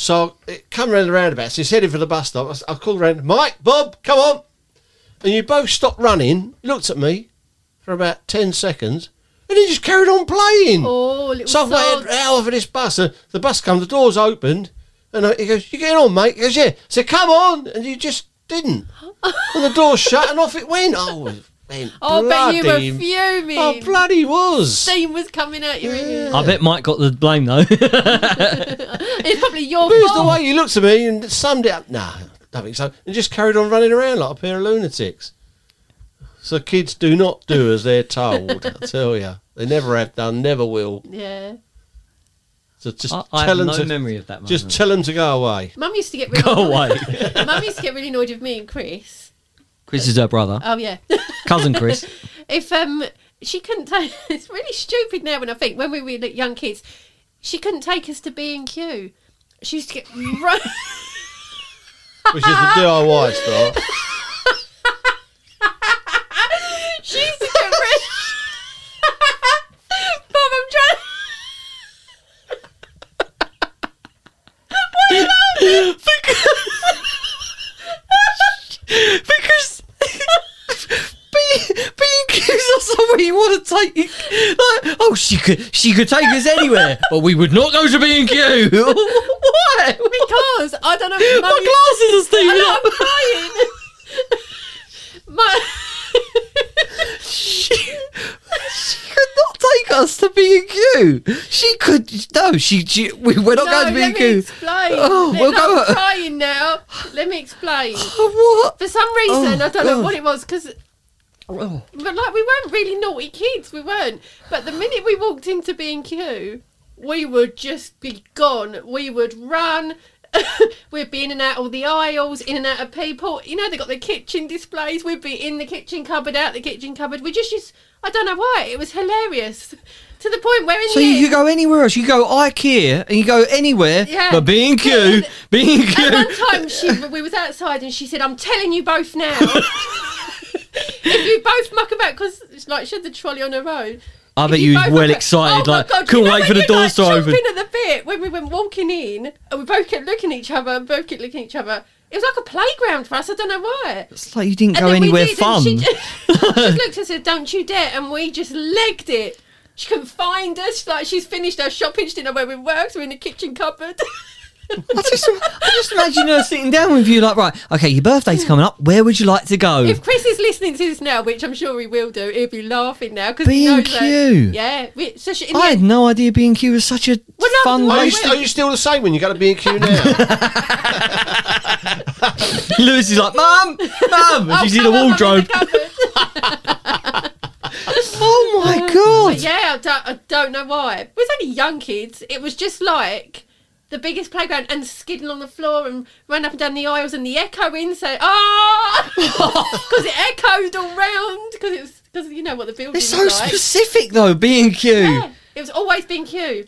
So it come round the roundabout. So he's heading for the bus stop. I s- I called round, Mike, Bob, come on. And you both stopped running, looked at me for about 10 seconds, and he just carried on playing. Oh, little So I've waited sod. an hour for this bus. And the bus comes, the door's opened, and I, he goes, "You getting on, mate?" He goes, "Yeah." I said, "Come on," and you just didn't. and the door shut, and off it went. Oh, it went Oh, but bloody, you were fuming. oh, bloody was. Steam was coming out your ears. I bet Mike got the blame though. It's probably your Who's the fault. way you looked at me and summed it up? Nah, don't think so. And just carried on running around like a pair of lunatics. So kids do not do as they're told. I tell you, they never have done, never will. Yeah. So just I, I tell have them no to memory of that. Moment. just tell them to go away. Mum used to get really go away. Mum used to get really annoyed with me and Chris. Chris is her brother, Oh yeah. cousin Chris. if um she couldn't take it's really stupid now when I think when we were li- young kids, she couldn't take us to B and Q. She used to get right Which is the DIY stuff. she used to get rid Mum, I'm trying because being accused of somewhere you want to take, like, oh, she could, she could take us anywhere, but we would not go to B and Q. Why? because I don't know if My Mum used- glasses are steaming I up. know, I'm crying. My She, she could not take us to B and Q. She could no. She, she we, we're not going to B let and me Q. explain. Oh, Let- we'll no, go- I'm crying now. Let me explain. What? For some reason, Oh, I don't know God. what it was because Oh. But like we weren't really naughty kids, we weren't. But the minute we walked into B and Q, we would just be gone. We would run. We'd be in and out all the aisles, in and out of people. You know, they got the kitchen displays. We'd be in the kitchen cupboard, out the kitchen cupboard. We just just I don't know why. It was hilarious. To the point where in So the you end, could go anywhere else. You go IKEA and you go anywhere, Yeah. but B and Q, B and At Q. one time, she we was outside and she said, "I'm telling you both now, if you both muck about, because like she had the trolley on her own." I if bet you was both well muck about- excited, Oh my like God, couldn't you know wait when for the you, doors like, to open. jumping at the bit when we went walking in, and we both kept looking at each other, and both kept looking at each other. It was like a playground for us. I don't know why. It's like you didn't And go then we anywhere did, fun. and She just, she just looked and said, "Don't you dare!" And we just legged it. She couldn't find us. Like she's finished her shopping. She didn't know where we worked. We're in the kitchen cupboard. I just, I just imagine her sitting down with you, like, right, okay, your birthday's coming up. Where would you like to go? If Chris is listening to this now, which I'm sure he will do, he'll be laughing now because B he and knows Q. that. Yeah, we, so she, in the I had end, no idea B and Q was such a Well, no, fun why Are Wait, you, place. wait. st- are you still the same when you go to B and Q now? to- Lewis is like, mum, mum, and "Oh, she's in come a on, I'm in wardrobe. cupboard." oh my god! yeah, I don't, I don't know why. It was only young kids. It was just like the biggest playground and skidding on the floor and running up and down the aisles and the echoing. So ah, because it echoed all round because it was because you know what the building It's was so like. specific though, B and Q. Yeah, it was always being Q.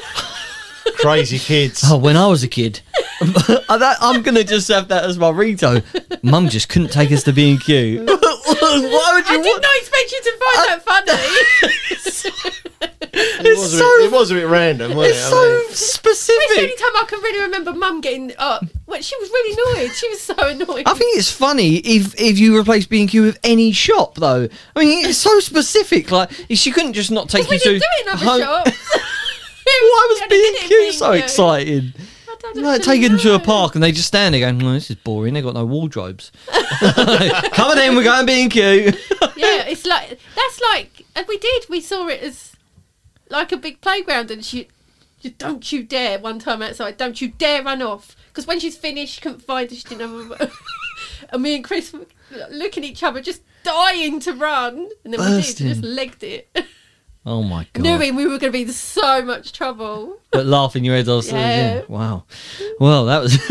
Crazy kids. Oh, when I was a kid, that, I'm gonna just have that as my rito. Mum just couldn't take us to B and Q. Why would I you did want? not expect you to find that funny. it, was a so- bit, it was a bit random, wasn't It's it? I mean- so It's the only specific. time I can really remember Mum getting up. Well, she was really annoyed. She was so annoyed. I think it's funny if if you replace B and Q with any shop though. I mean, it's so specific. Like she couldn't just not take you we to. didn't do it in other home- shops. Why was We B only and did it Q in so B&Q. excited? uh, I don't Like actually taking them to a know. park and they just stand there going, well, "This is boring. They got no wardrobes." Come on in, we're going B and Q. Yeah, it's like that's like and we did. We saw it as like a big playground, and she, you don't you dare one time outside, don't you dare run off. Because when she's finished, she couldn't find us. She didn't have. A, and me and Chris were looking at each other, just dying to run, and then Bursting. we did. Just legged it. Oh my god! knowing we were going to be in so much trouble. but laughing your head off. so, Yeah. Yeah. Wow. Well, that was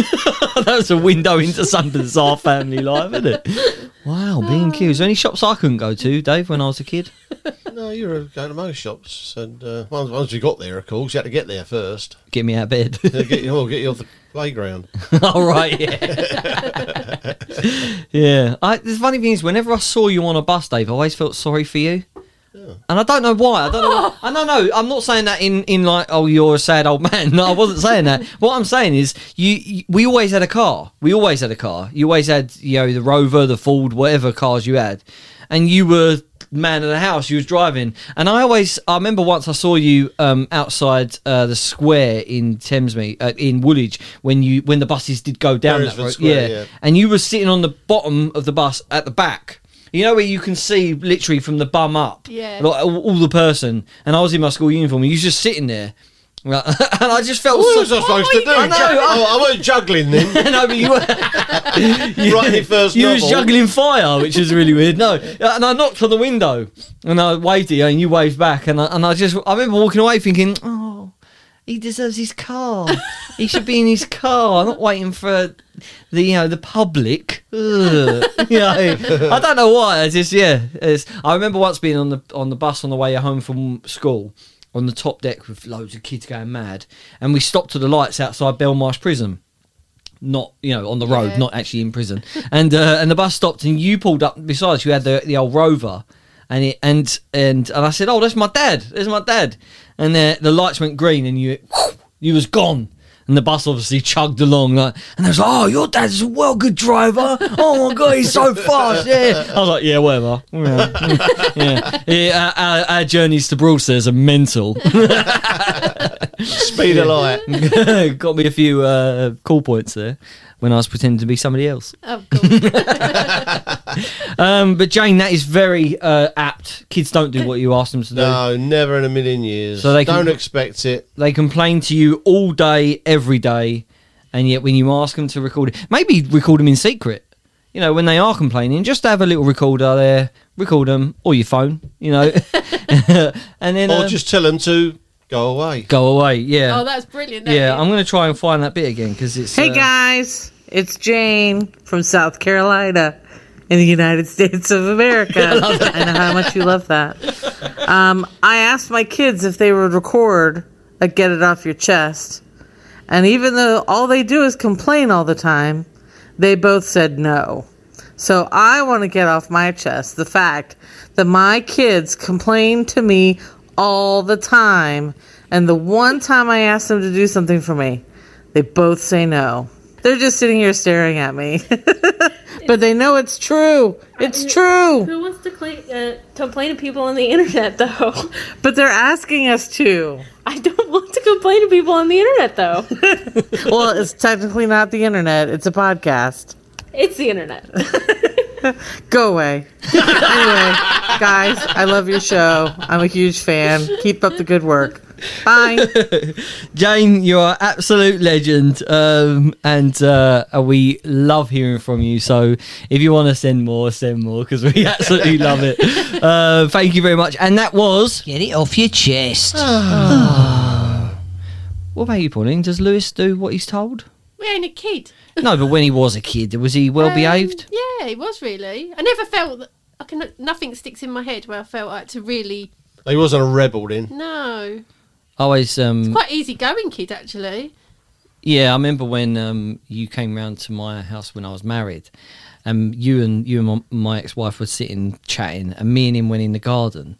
that was a window into some bizarre family life, isn't it? Wow. B and Q. Is there any shops I couldn't go to, Dave, when I was a kid? No, you were going to most shops, and uh, once, once you got there, of course, you had to get there first. Get me out of bed. They'll get you, oh, get you off the playground. All right, yeah. yeah. I, the funny thing is, whenever I saw you on a bus, Dave, I always felt sorry for you. And I don't know why. I don't know. Why. I don't know. I'm not saying that in, in like, oh, you're a sad old man. No, I wasn't saying that. What I'm saying is, you, you we always had a car. We always had a car. You always had, you know, the Rover, the Ford, whatever cars you had, and you were man of the house. You was driving, and I always, I remember once I saw you um, outside uh, the square in Thamesmead, uh, in Woolwich, when you when the buses did go down that Beresford road. Square, yeah. and you were sitting on the bottom of the bus at the back. You know where you can see literally from the bum up, Yeah. like, all, all the person. And I was in my school uniform. and You was just sitting there, Like, and I just felt. What was so, I supposed to do? I know, Ju- I- oh, I weren't juggling then. no, but you were Writing first you was novel. juggling fire, which is really weird. No, and I knocked on the window, and I waved at you, and you waved back, and I, and I just I remember walking away thinking, oh, he deserves his car. he should be in his car. I'm not waiting for the you know the public. Ugh. you know, I don't know why. I just yeah. It's, I remember once being on the on the bus on the way home from school. On the top deck with loads of kids going mad, and we stopped at the lights outside Belmarsh Prison not you know on the road, Yeah. not actually in prison. and uh, and the bus stopped, and you pulled up. Besides, you had the the old Rover, and it and and and I said, "Oh, that's my dad. There's my dad." And the the lights went green, and you you was gone. And the bus obviously chugged along, like, and I was like, "Oh, your dad's a well good driver! Oh my god, he's so fast!" Yeah, I was like, "Yeah, whatever." Yeah, yeah. Yeah, our, our- our journeys to Broadstairs are mental. Speed of light. Got me a few uh, call points there when I was pretending to be somebody else. Of course. Um, but Jane, that is very uh, apt. Kids don't do what you ask them to do. No, never in a million years. So they can- Don't expect it. They complain to you all day, every day, and yet when you ask them to record it, maybe record them in secret. You know, when they are complaining, just have a little recorder there, record them, or your phone. You know, and then Or uh, just tell them to go away. go away. Yeah, oh, that's brilliant. that yeah. is. I'm gonna try and find that bit again because it's Hey uh, guys, it's Jane from South Carolina in the United States of America. I know how much you love that. Um, I asked my kids if they would record a Get It Off Your Chest, and even though all they do is complain all the time, they both said no. So I want to get off my chest the fact that my kids complain to me all the time, and the one time I asked them to do something for me, they both say no. They're just sitting here staring at me. but they know it's true. It's true. Who wants to cla- uh, complain to people on the internet, though? But they're asking us to. I don't want to complain to people on the internet, though. Well, it's technically not the internet, it's a podcast. It's the internet. Go away. anyway, guys, I love your show. I'm a huge fan. Keep up the good work. Bye. Jane, you are absolute legend, um, and uh, we love hearing from you. So if you want to send more, send more because we absolutely love it. Uh, thank you very much. And that was Ah. Get it off your chest. what about you, Pauline? Does Lewis do what he's told? We ain't a kid. No, but when he was a kid, was he well Um, behaved? Yeah, he was really. I never felt. that- I can. Nothing sticks in my head where I felt like to really. He wasn't a rebel then. No, Always, um, quite easy going kid actually. yeah. I remember when um, you came round to my house when I was married, and you and you and my, my ex-wife were sitting chatting, and me and him went in the garden.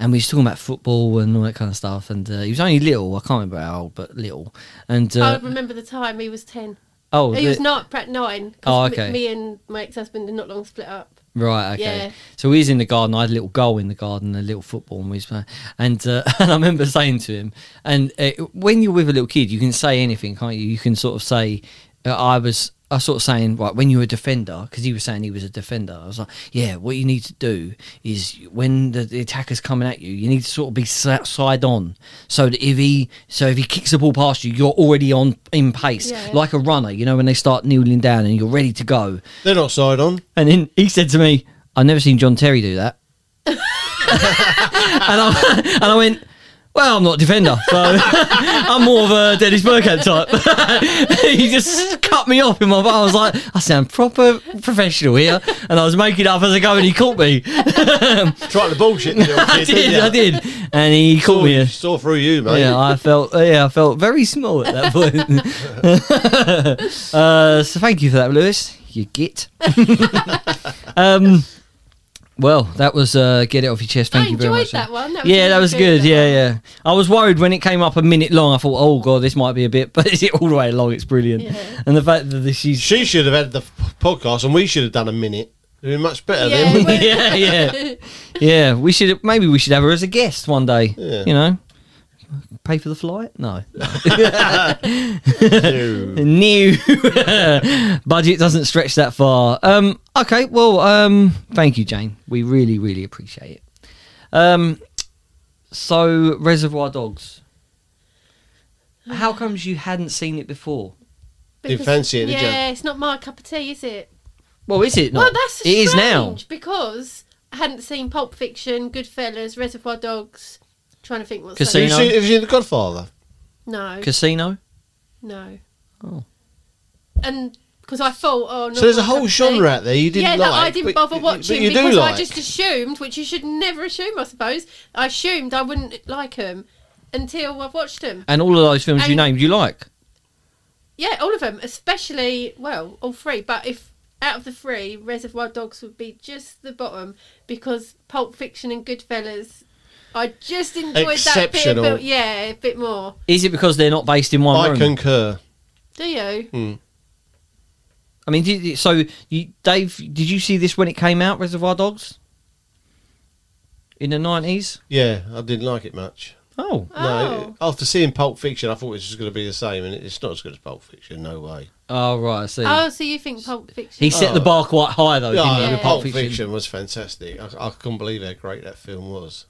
and we was talking about football and all that kind of stuff. And uh, he was only little, I can't remember how old, but little. And uh, I remember the time he was ten. oh, he the- was not at nine. 'cause Oh, me- okay. Me and my ex-husband are not long split up. right, okay. Yeah. So he was in the garden. I had a little goal in the garden, a little football, and we was playing. And uh, and I remember saying to him, and uh, when you're with a little kid, you can say anything, can't you? You can sort of say, uh, I was. I was sort of saying, right, when you're a defender, because he was saying he was a defender, I was like, yeah, what you need to do is when the, the attacker's coming at you, you need to sort of be si- side on, so that if he, so if he kicks the ball past you, you're already on in pace, Yeah. like a runner, you know, when they start kneeling down and you're ready to go. They're not side on. And then he said to me, I've never seen John Terry do that. and, I, and I went, well, I'm not a defender, so I'm more of a Dennis Burkhead type. he just cut me off in my bar. I was like, I sound proper professional here. And I was making up as I go, and he caught me. Try to bullshit the little I kid, didn't did, ya? I did. And he caught Saw, me. a- saw through you, mate. yeah, I felt uh, yeah, I felt very small at that point. uh, so thank you for that, Lewis. You git. um, Well, that was uh, get it off your chest. Thank I you very enjoyed much. that one. That was yeah, that really was good, good. that Yeah, yeah. I was worried when it came up a minute long. I thought, oh god, this might be a bit, but it's all the way along. It's brilliant. Yeah. And the fact that she's She should have had the f- podcast, and we should have done a minute. It'd been much better Yeah, then. well- yeah, yeah, yeah. We should maybe we should have her as a guest one day. Yeah. You know, pay for the flight. No, No. new budget doesn't stretch that far. Um, okay, well, um, thank you, Jane. We really, really appreciate it. Um, so Reservoir Dogs. How comes you hadn't seen it before? Didn't fancy it, did Yeah, you? it's not my cup of tea, is it? Well, is it not? Well, that's it is now. strange because I hadn't seen Pulp Fiction, Goodfellas, Reservoir Dogs. trying to think what's Have you Casino. that- seen, have you seen The Godfather? No, Casino. no. Oh. And because I thought, oh no. So there's a my cup whole of tea. genre out there you didn't yeah, like. that I didn't but- bother but watching you do because like. I just assumed, which you should never assume, I suppose. I assumed I wouldn't like them until I've watched them. And all of those films you And- named, you like. Yeah, all of them, especially well, all three. But if out of the three, Reservoir Dogs would be just the bottom because Pulp Fiction and Goodfellas, I just enjoyed that bit. Exceptional. About, yeah, a bit more. Is it because they're not based in one I room? concur. Do you? I mean, did, so you, Dave, did you see this when it came out, Reservoir Dogs? In the nineties? Yeah, I didn't like it much. Oh, No, after seeing Pulp Fiction, I thought it was just going to be the same, and it's not as good as Pulp Fiction. No way. oh right, I see. Oh, so you think Pulp Fiction? he set the Oh. bar quite high though, didn't he? Yeah, with Pulp Fiction. was fantastic. I, I couldn't believe how great that film was,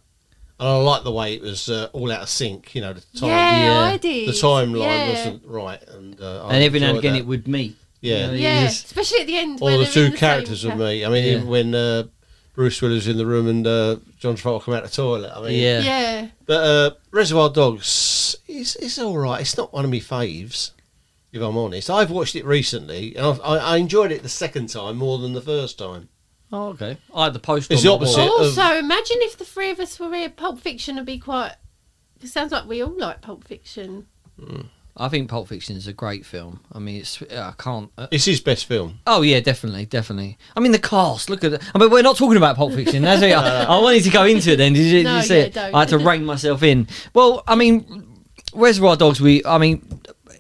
and I liked the way it was uh, all out of sync. You know, the time, yeah, yeah. I did. the timeline yeah. wasn't right, and uh, I And every now and enjoyed again, that. it would meet. yeah. you know, Yeah, Yes. especially at the end. All when the they're in two the characters same would ca- meet. I mean, Yeah. even when uh, Bruce Willis was in the room and uh, John Travolta come out the toilet. I mean, Yeah. Yeah. But uh, Reservoir Dogs, it's, it's all right. It's not one of my faves, if I'm honest. I've watched it recently, and I've, I, I enjoyed it the second time more than the first time. Oh, okay. I had the poster. It's on the my wall. opposite. of- um, Also, imagine if the three of us were here. Pulp Fiction would be quite. It sounds like we all like Pulp Fiction. I think Pulp Fiction is a great film. I mean, it's I can't. uh, It's his best film. oh yeah, definitely, definitely. I mean, the cast. Look at. it. I mean, we're not talking about Pulp Fiction. That's it. I, I wanted to go into it. Then did you, did No, you see yeah, it? don't. I had to rein myself in. Well, I mean, Reservoir Dogs. We. I mean,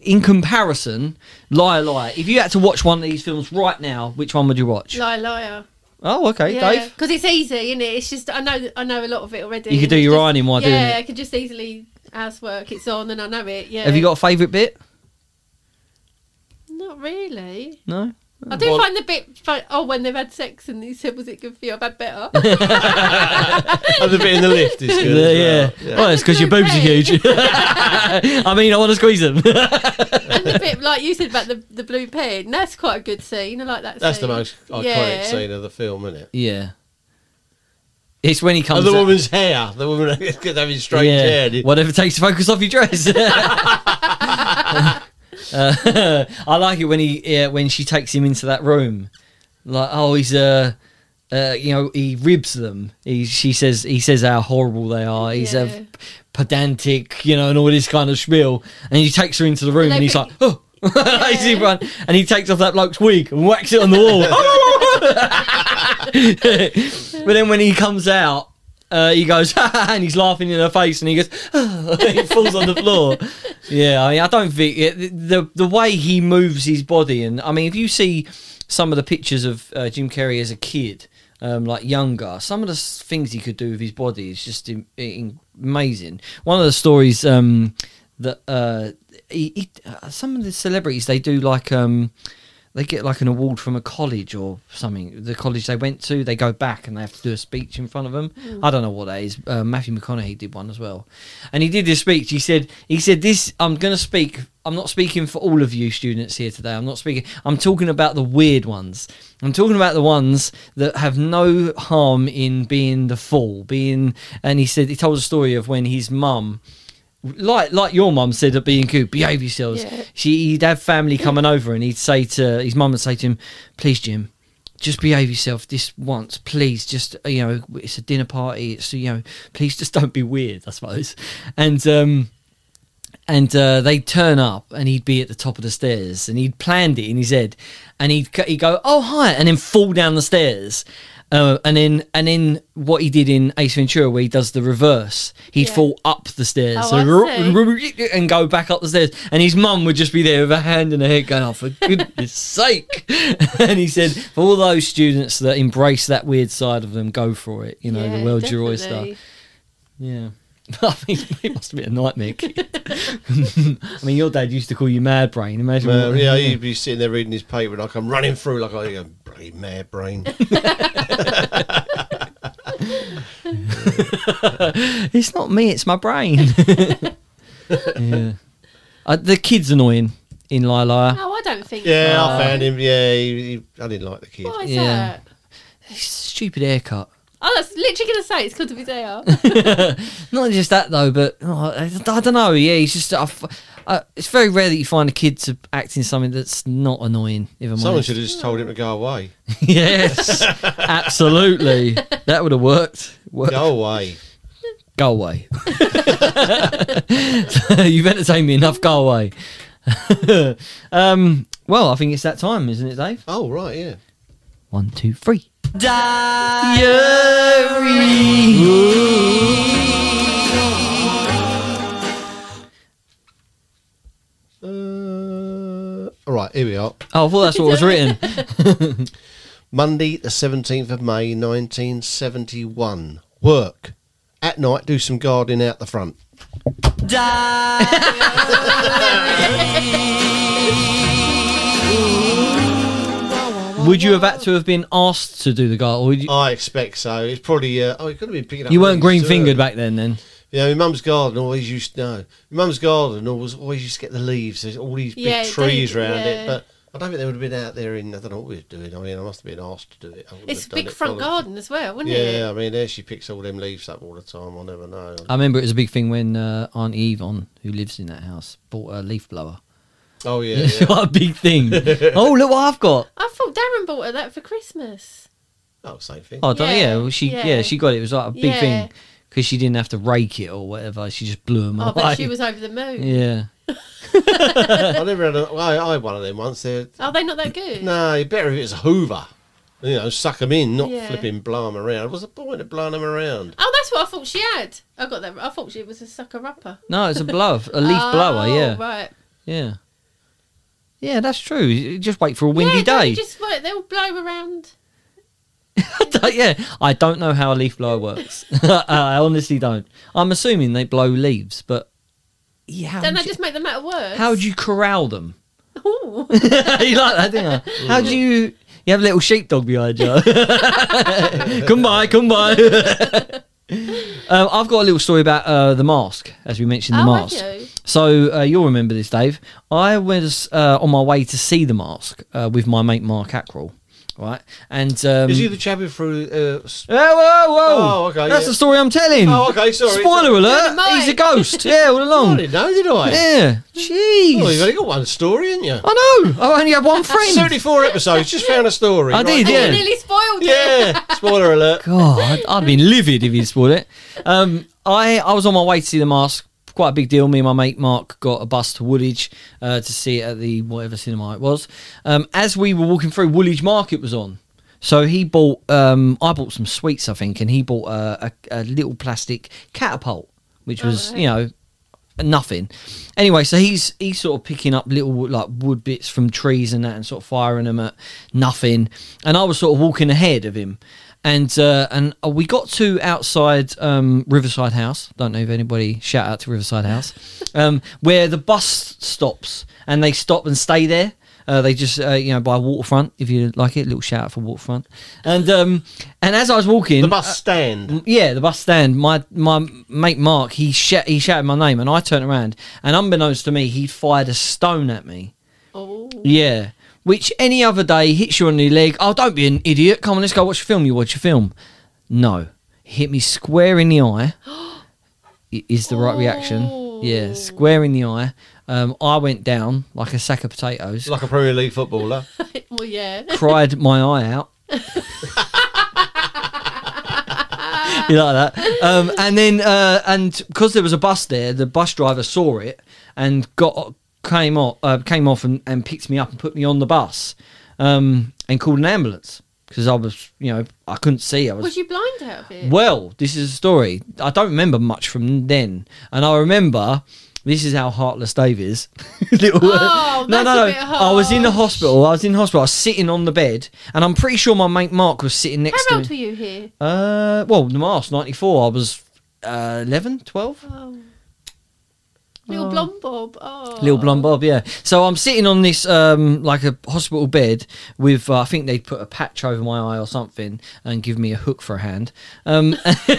in comparison, Liar Liar. If you had to watch one of these films right now, which one would you watch? Lie, liar. Oh, okay, Dave. Because it's easy, isn't it? It's just I know I know a lot of it already. You could and do it's your just- iron in while yeah, doing Yeah, it. I could just easily housework. It's on and I know it. Yeah. Have you got a favourite bit? Not really. No. I do Well- find the bit fun- oh when they've had sex and he said was it good for you? I've had better. and the bit in the lift is good. Yeah, as yeah. well. Well, it's because your boobs are huge. I mean, I want to squeeze them. and the bit like you said about the the blue pen. That's quite a good scene. I like that. That's the scene. most iconic Yeah. scene of the film, isn't it? yeah. It's when he comes. And the out- woman's hair. The woman having straight hair. It- Whatever takes the focus off your dress. Uh, I like it when he yeah, when she takes him into that room, like oh he's uh, uh you know he ribs them. He she says he says how horrible they are. He's Yeah. a pedantic, you know, and all this kind of spiel. And he takes her into the room and, And they he's think- like oh. He's in front, and he takes off that bloke's wig and whacks it on the wall. but then when he comes out, uh, he goes and he's laughing in her face, and he goes, he falls on the floor. Yeah, I mean, I don't think it, the the way he moves his body, and I mean, if you see some of the pictures of uh, Jim Carrey as a kid, um, like younger, some of the s- things he could do with his body is just im im- amazing. One of the stories um, that uh, he, he, uh, some of the celebrities they do like. Um, they get like an award from a college or something. The college they went to, they go back and they have to do a speech in front of them. I don't know what that is. Uh, Matthew McConaughey did one as well, and he did this speech. He said, "He said this. I'm going to speak. I'm not speaking for all of you students here today. I'm not speaking. I'm talking about the weird ones. I'm talking about the ones that have no harm in being the fool. Being." And he said he told a story of when his mum like like your mum said at B and Q, behave yourselves. Yeah. She he'd have family coming over and he'd say to his mum would say to him, Please Jim, just behave yourself this once, please. Just uh, you know, it's a dinner party, it's you know, please just don't be weird, I suppose. And um and uh, they'd turn up and he'd be at the top of the stairs and he'd planned it in his head and he'd, c- he'd go oh hi and then fall down the stairs Uh, and then, and then, what he did in Ace Ventura, where he does the reverse, he'd Yeah. fall up the stairs, Oh, so I see. and go back up the stairs, and his mum would just be there with her hand in her head, going, "Oh, for goodness sake!" and he said, "For all those students that embrace that weird side of them, go for it. You know, the world's your oyster." definitely. Yeah. I mean, he must have been a nightmare kid. I mean, your dad used to call you Mad Brain. Imagine. Man, what- Um, yeah, you'd be sitting there reading his paper, and I come running through like I go, bloody mad brain. It's not me, it's my brain. yeah. Uh, the kid's annoying in Lie Liar. Oh, I don't think. Yeah, so. I found him. Yeah, he, he, I didn't like the kid. Why is Yeah. that? Stupid haircut. Oh, that's literally going to say it's because of his hair. Not just that, though, but oh, I, I don't know. Yeah, he's just. I f uh, it's very rare that you find a kid to act in something that's not annoying, if I'm Someone honest. should have just told him to go away. yes, absolutely. That would have worked. Worked Go away. go away. You've entertained me enough, go away. um, well, I think it's that time, isn't it, Dave? Oh, right, yeah. One, two, three. Uh, all right, here we are. Oh, I thought that's what was written. Monday, the 17th of May, 1971. Work. At night, do some gardening out the front. Would you have had to have been asked to do the garden? Or would you, I expect so. It's probably, uh, oh, it could have been picking up. you weren't green leaves fingered back then, then? Yeah, my mum's garden always used to, no. My mum's garden always, always used to get the leaves. There's all these big Yeah, it trees don't- round yeah. it, but I don't think they would have been out there in, I don't know what we were doing. I mean, I must have been asked to do it. I wouldn't it's have a done big it front voluntarily. garden as well, wouldn't it? Yeah, I mean, there she picks all them leaves up all the time. I never know. I remember it was a big thing when uh, Auntie Yvonne, who lives in that house, bought a leaf blower. Oh yeah, It's yeah. quite a big thing. oh, look what I've got. I thought Darren bought her that for Christmas. oh same thing. Oh, don't, yeah. Yeah, well, she yeah. yeah. she got it. It was like a big Yeah. thing because she didn't have to rake it or whatever. She just blew them Oh, away. but she was over the moon. yeah. I never had. A, I, I had one of them once. They're, Are they not that good? no, you better if it's a Hoover. You know, suck 'em in, not Yeah. flipping blow 'em around. What's the point of blowing 'em around? Oh, that's what I thought she had. I got that. I thought she was a sucker upper. No, it's a blower, a leaf oh, blower. Yeah, Right. yeah, yeah. That's true. You Just wait for a windy yeah, don't day. you Just wait, they'll blow around. yeah, I don't know how a leaf blower works. I honestly don't. I'm assuming they blow leaves, but yeah, how, Don't would they you, just make the matter worse? how do you corral them? Ooh. you like that, didn't you? How do you? You have a little sheepdog behind you. come by, come by. um, I've got a little story about uh, the mask, as we mentioned the Oh, have mask. you? So uh, you'll remember this, Dave. I was uh, on my way to see the mask uh, with my mate Mark Ackrell, right? And um, Is he the chap who threw? Uh, s- Oh, whoa, whoa! Oh, okay, That's yeah. the story I'm telling. Oh, okay, sorry. Spoiler alert! Never mind. He's a ghost. Yeah, all I along. didn't know, did I? um, Yeah. Jeez. Well, you've only got one story, haven't you? I know. I only had one friend. Seventy-four episodes. Just found a story. I did, You yeah. Oh, nearly spoiled it. Yeah. Spoiler alert. God, I'd, I'd been livid if he'd spoiled it. Um, I I was on my way to see the mask. Quite a big deal. Me and my mate Mark got a bus to Woolwich uh, to see it at the whatever cinema it was. Um, as we were walking through, Woolwich Market was on. So he bought, um, I bought some sweets, I think, and he bought a, a, a little plastic catapult, which was, you know, nothing. Anyway, so he's he's sort of picking up little like wood bits from trees and that, and sort of firing them at nothing. And I was sort of walking ahead of him, and uh, and we got to outside um, Riverside House. Don't know if anybody shout out to Riverside House, um, where the bus stops, and they stop and stay there. Uh, they just, uh, you know, by waterfront. If you like it, little shout out for waterfront. And um, and as I was walking, The bus stand. yeah, the bus stand. My my mate Mark, he sh- he shouted my name, and I turned around, and unbeknownst to me, he fired a stone at me. Oh. Yeah, which any other day hits you on the leg. Oh, don't be an idiot. Come on, let's go watch a film. You watch a film. No, He hit me square in the eye. i- Is the right reaction? Yeah, square in the eye. Um, I went down like a sack of potatoes Like a Premier League footballer. Well, yeah. cried my eye out. you like that? Um, and then, uh, and because there was a bus there, the bus driver saw it and got came off, uh, came off and, and picked me up and put me on the bus um, and called an ambulance. because I was, you know, I couldn't see. I was Was you blind out of it? well, this is a story. I don't remember much from then, and I remember this is how heartless Dave is. Little- Oh, that's a bit I was in the harsh. hospital. I was in the hospital. I was sitting on the bed, and I'm pretty sure my mate Mark was sitting next How to old me. were you here? Uh, well, the mask ninety four. I was uh, 11, 12? Oh. Little blonde bob. Oh. Little blonde Bob, yeah. So I'm sitting on this um, like a hospital bed with uh, I think they put a patch over my eye or something and give me a hook for a hand. Um,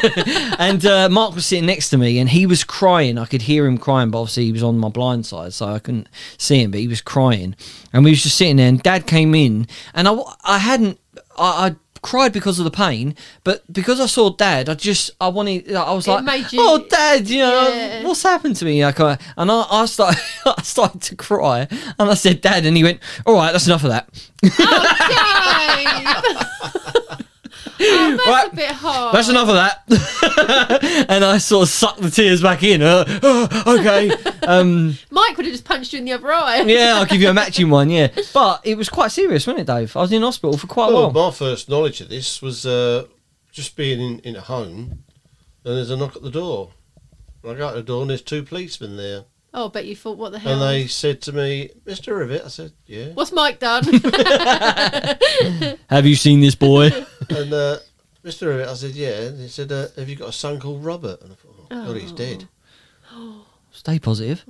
and uh, Mark was sitting next to me and he was crying. I could hear him crying, but obviously he was on my blind side, so I couldn't see him. But he was crying, and we was just sitting there. And Dad came in, and I w- I hadn't I. I cried because of the pain but because i saw dad i just i wanted i was It like made you- oh dad you know Yeah. what's happened to me? Like, I, and I, I started, I started to cry, and I said, "Dad," and he went, "All right, that's enough of that." Dave! oh, that's Right. a bit hard. That's enough of that. and I sort of sucked the tears back in. Uh, oh, okay, um, Mike would have just punched you in the other eye. yeah, I'll give you a matching one. Yeah, but it was quite serious, wasn't it, Dave? I was in hospital for quite a Well, while. my first knowledge of this was uh, just being in, in a home, and there's a knock at the door. And I go out the door, and there's two policemen there. Oh, I bet you thought, what the hell? And they said to me, Mr. Rivet, I said, yeah. What's Mike done? Have you seen this boy? And uh, Mr. Rivet, I said, yeah. And he said, uh, have you got a son called Robert? And I thought, oh, God, he's dead. Stay positive.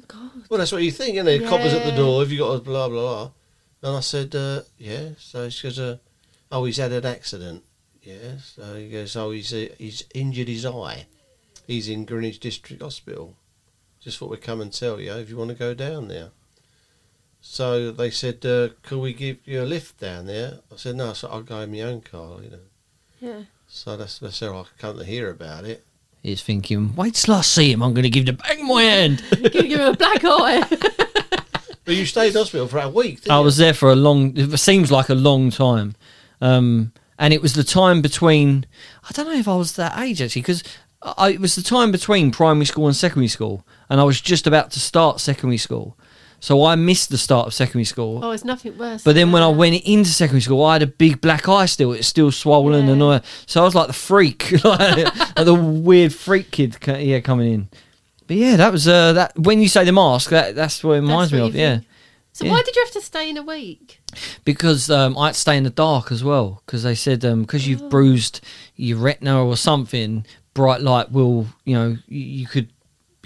Well, that's what you think, isn't it? Coppers at the Yeah. door, have you got a blah, blah, blah. And I said, uh, yeah. So she goes, uh, oh, he's had an accident. Yeah. So he goes, oh, he's, uh, he's injured his eye. He's in Greenwich District Hospital. Just thought we'd come and tell you if you want to go down there. So they said, uh, could we give you a lift down there? I said, no, so I'll go in my own car, you know. yeah. So that's, that's how I come to hear about it. He's thinking, wait till I see him. I'm going to give the bang my hand. Give you a black eye. But you stayed in hospital for a week, didn't I you? was there for a long. It seems like a long time, um, and it was the time between. I don't know if I was that age actually, because it was the time between primary school and secondary school, and I was just about to start secondary school, so I missed the start of secondary school. Oh, it's nothing worse. But then than when I that. went into secondary school, I had a big black eye still. It's still swollen and all. that. So I was like the freak, like, like the weird freak kid, co- yeah, coming in. But yeah, that was uh, that. When you say the mask, that that's what it reminds what me you of. Yeah. think. So yeah. why did you have to stay in a week? because um, I had to stay in the dark as well because they said because you've Oh. bruised your retina or something, bright light will you know you, you could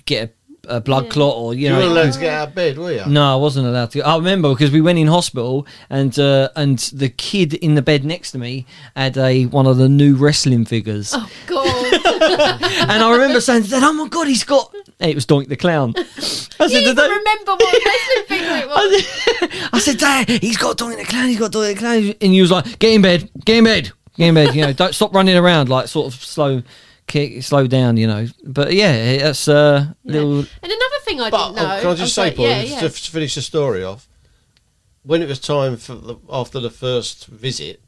get a, a blood Yeah. clot or you You weren't know. allowed to get out of bed, were you? no, I wasn't allowed to. I remember because we went in hospital and uh, and the kid in the bed next to me had a one of the new wrestling figures, Oh God! and I remember saying to Dad, "Oh my god, he's got!" And it was Doink the Clown. I said, you to even Dad- remember what wrestling figure it was? I said, Dad, he's got Doink the Clown, he's got Doink the Clown. And he was like, get in bed, get in bed, get in bed. You know, don't stop running around, like sort of slow kick, slow down, you know. But yeah, that's uh, little. And another thing I But didn't know. oh, can I just I'm say, sorry, Paul, yeah, just yeah. to f- to finish the story off, when it was time for the, after the first visit,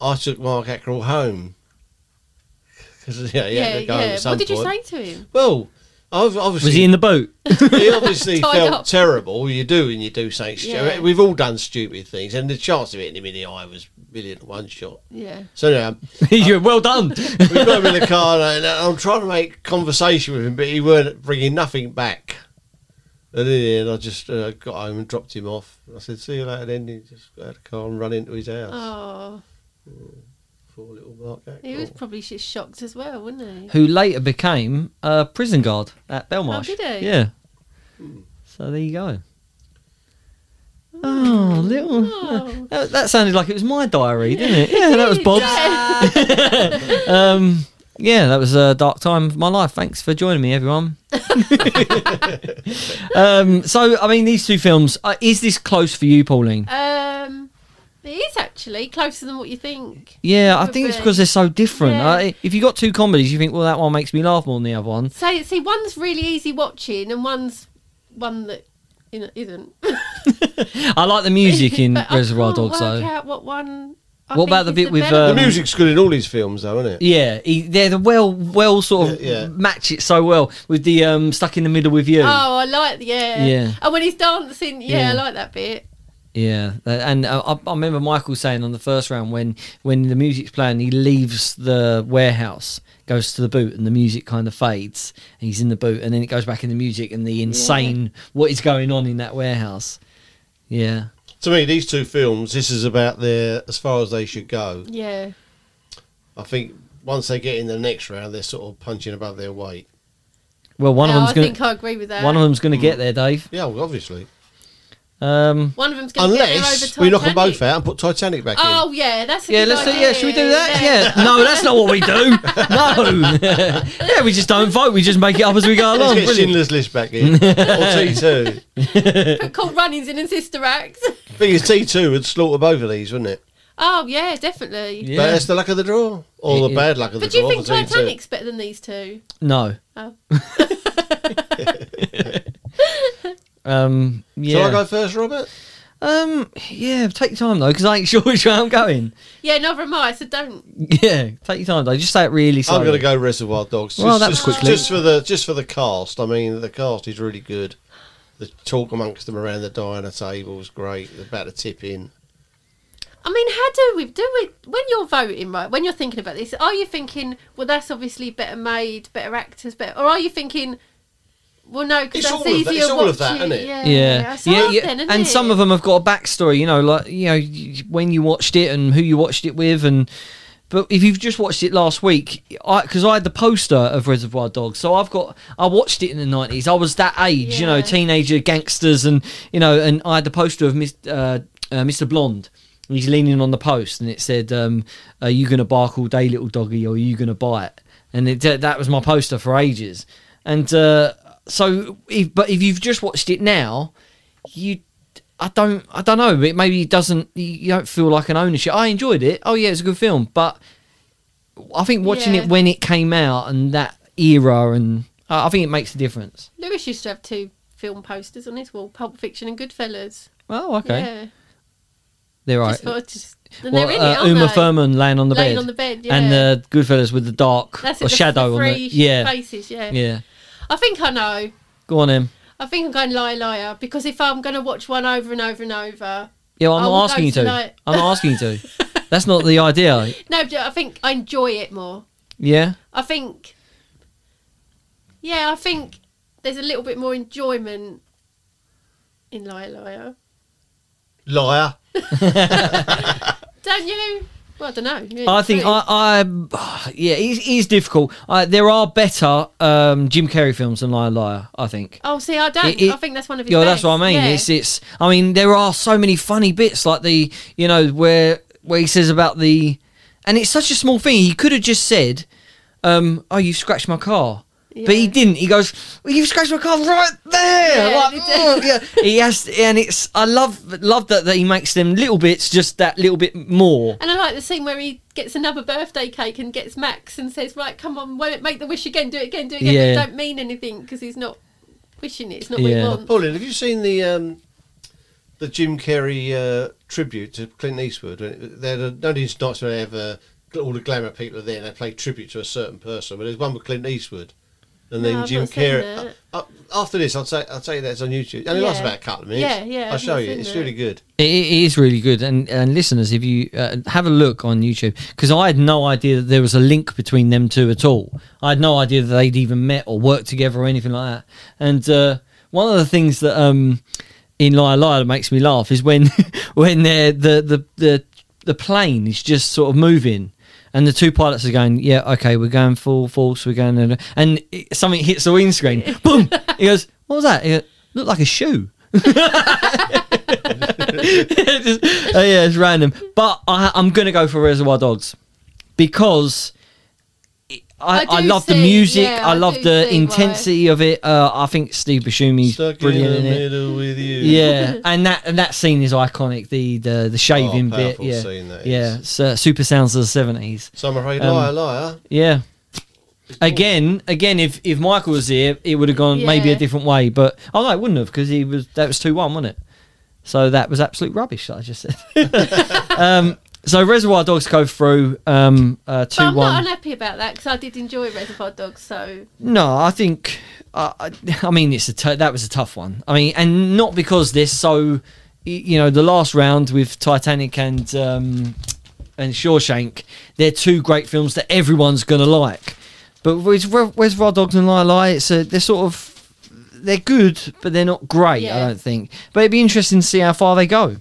I took Mark Ackerall home. 'Cause, yeah, he had to go at some What did you point. say to him? Well, I've obviously Was he in the boat? he obviously Tied felt up. terrible. You do and you do say Yeah. stupid. We've all done stupid things, and the chance of hitting him in the eye was million to one shot. Yeah. So now You're well done. we got him in the car, and I'm trying to make conversation with him, but he weren't bringing nothing back. And in the end, I just uh, got home and dropped him off. I said, "See you later." Then he just got out of the car and run into his house. Oh, Poor little Mark Ackroyd. he was probably sh- shocked as well, wasn't he? Who later became a prison guard at Belmarsh. Oh, did he? Yeah. So there you go. Oh, little. Oh. That, that sounded like it was my diary, didn't it? Yeah, that was Bob's. um, yeah, that was a dark time of my life. Thanks for joining me, everyone. um, so, I mean, these two films. Uh, is this close for you, Pauline? Um, it is actually closer than what you think. Yeah, I would think it's be. because they're so different. Yeah. Uh, if you got two comedies, you think, well, that one makes me laugh more than the other one. So, see, one's really easy watching, and one's one that you know, isn't. I like the music in But uh, oh, I Reservoir can't Dogs, work though. out what one. What I think about the is bit with, better um, the one. music's good in all his films, though, isn't it? Yeah, he, they're the well, well, sort of Yeah, yeah. match it so well with the um, stuck in the middle with you. Oh, I like yeah. Yeah. And when he's dancing, yeah, Yeah. I like that bit. Yeah, that- and uh, I, I remember Michael saying on the first round when when the music's playing, he leaves the warehouse, goes to the boot, and the music kind of fades, and he's in the boot, and then it goes back in the music, and the insane what is going on in that warehouse. Yeah, To me, these two films, this is about their as far as they should go. Yeah. I think once they get in the next round, they're sort of punching above their weight. well, one No, of them's Oh, I going. think I agree with that. One of them's going to get there, Dave. Yeah, well, obviously, Um, One of them's going to get there over unless Titanic. we knock them both out and put Titanic back in. Oh yeah, that's a yeah, good let's do, idea. yeah. Should we do that? Yeah. No, that's not what we do. No. yeah, we just don't vote. We just make it up as we Oh, go along. Let's get Brilliant. Schindler's List back in or T2. Put Colt Runnings in and Sister Act. Thing is, T2 would slaughter both of these, wouldn't it? Oh yeah, definitely. Yeah. But that's the luck of the draw, or It the is. bad luck of But the do you draw. think for T2. Titanic's better than these two? No. Oh. um. Shall I Yeah. go first, Robert? um. Yeah. Take your time though, because I ain't sure which way I'm going. Yeah, neither am I. So don't. Yeah. Take your time though. Just say it really slowly. I'm going to go Reservoir Dogs. Well, just, that's just, quickly. just for the just for the cast. I mean, the cast is really good. The talk amongst them around the diner table was great. About the tip in. I mean, how do we do it when you're voting, right? When you're thinking about this, are you thinking, well, that's obviously better made, better actors, better, or are you thinking, well, no, because It's that's all of easier that- it's all of that, watching- isn't it? Yeah, Yeah, It's yeah, hard yeah. then, isn't and it? some of them have got a backstory, you know, like you know y- when you watched it and who you watched it with, and but if you've just watched it last week, because I, had the poster of Reservoir Dogs, so I've got I watched it in the nineties. I was that age, you know, Yeah. teenager gangsters, and you know, and I had the poster of Miss, uh, uh, Mr. Blonde. And He's leaning on the post, and it said, um, "Are you going to bark all day, little doggy, or are you going to bite?" And it, that was my poster for ages. And uh, so, if, but if you've just watched it now, you I don't I don't know it maybe doesn't you- you don't feel like an ownership I enjoyed it oh yeah it's a good film but I think watching Yeah. it when it came out and that era and I I think it makes a difference Lewis used to have two film posters on his wall: Pulp Fiction and Goodfellas. oh okay Yeah. they're right Just for, just, and Well, they're in it, uh, aren't Uma they? Thurman laying on the Laying bed on the bed, yeah. and uh, the Goodfellas with the dark That's it, or the, shadow the on three the yeah faces. Yeah. yeah I think I know. go on him I think I'm going liar liar because if I'm going to watch one over and over and over, yeah well, I'm I will not asking go you to tonight. I'm not asking you to that's not the idea no, but I think I enjoy it more. yeah I think, yeah, I think there's a little bit more enjoyment in liar liar, Liar. don't you? Well, I don't know. I think I, I yeah, he's, he's difficult. I, there are better um, Jim Carrey films than Liar Liar. I think. Oh, see, I don't. It- it- I think that's one of his. Yeah, best. that's what I mean. Yeah. It's it's. I mean, there are so many funny bits, like the you know where where he says about the, and it's such a small thing. He could have just said, um, "Oh, you scratched my car." But he Yeah. didn't. He goes, well, "You've scratched my car right there." Yeah, like, he "Oh," yeah. He has, and it's. I love love that, that he makes them little bits, just that little bit more. And I like the scene where he gets another birthday cake and gets Max and says, "Right, come on, won't it make the wish again? Do it again, do it again." But Yeah. it don't mean anything because he's not wishing it. It's not what he Yeah. wants. Pauline, have you seen the um, the Jim Carrey uh, tribute to Clint Eastwood? Uh, They're the, no these nights where they have uh, all the glamour people are there and they play tribute to a certain person. But there's one with Clint Eastwood, and No, then I've Jim not seen Carrey. that. Uh, uh, after this, I'll say I'll tell you that's on YouTube. And it lasts Yeah. about a couple of minutes. Yeah, yeah, I'll I've show not you. seen It's that. really good. It, it is really good, and and listeners, if you uh, have a look on YouTube, because I had no idea that there was a link between them two at all. I had no idea that they'd even met or worked together or anything like that. And uh, one of the things that um, in Liar Liar that makes me laugh is when when they're, the the the the plane is just sort of moving. And the two pilots are going, yeah, okay, we're going full force, we're going, and- and it, something hits the windscreen, boom. He goes, what was that? He goes, looked like a shoe. Just- uh, yeah, it's random. But I, I'm going to go for Reservoir Dogs because it- I, I I, do love the see- music. yeah, I, I love do the see why. intensity of it. Uh, I think Steve Buscemi's Stuck brilliant in in the it. middle with you. Yeah, and that and that scene is iconic. The the the shaving Oh, bit. powerful Yeah, scene that yeah. is. it's, uh, super sounds of the seventies. So I'm afraid, Um, liar, liar. Yeah. Again, again, if if Michael was here, it would have gone maybe a Yeah. different way. But oh no, it wouldn't have because he was that was two one, wasn't it? So that was absolute rubbish that I just said. um, so Reservoir Dogs go through um, uh, But two I'm not one. unhappy about that because I did enjoy Reservoir Dogs. So No, I think I I I mean it's a t- that was a tough one. I mean, and not because they're so y- you know, the last round with Titanic and um, and Shawshank, they're two great films that everyone's gonna like. But where's, where's Rod Dogs and Lie Lie? It's a, they're sort of they're good, but they're not great. I Yeah. don't think. But it'd be interesting to see how far they go.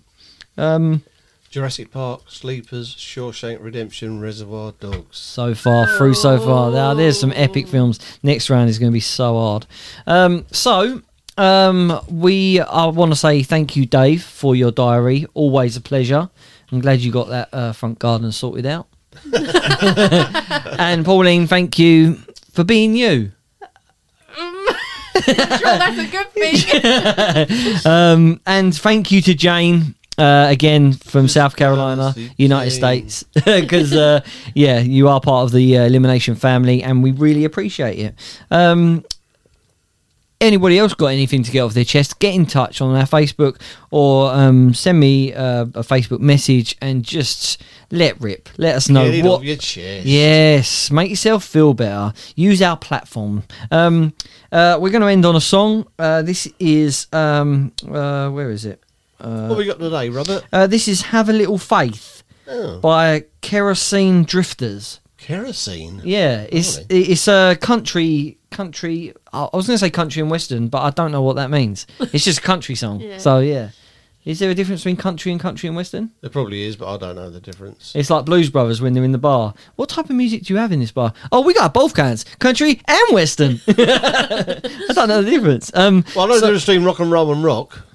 Um, Jurassic Park, Sleepers, Shawshank Redemption, Reservoir Dogs. so far through so far now there's some epic films next round is going to be so hard um, so um, we i want to say thank you dave for your diary always a pleasure i'm glad you got that uh, front garden sorted out and pauline thank you for being you I'm sure that's a good thing. um, and thank you to jane uh, again from South Carolina, fancy United Jane. States, because uh, yeah, you are part of the uh, elimination family, and we really appreciate it. Um, anybody else got anything to get off their chest? Get in touch on our Facebook or um, send me uh, a Facebook message and just let rip. Let us know Get it what off your chest. Yes, make yourself feel better. Use our platform. Um, uh, we're going to end on a song. Uh, this is um, uh, where is it? What have we got today, Robert? Uh, this is "Have a Little Faith" Oh, by Kerosene Drifters. kerosene. Yeah, it's it's a country country. I I was going to say country and western, but I don't know what that means. It's just a country song. Yeah. So yeah, is there a difference between country and country and western? There probably is, but I don't know the difference. It's like Blues Brothers when they're in the bar. What type of music do you have in this bar? Oh, we got both kinds, country and western. I don't know the difference. Um, Well, I know so- the difference between rock and roll and rock.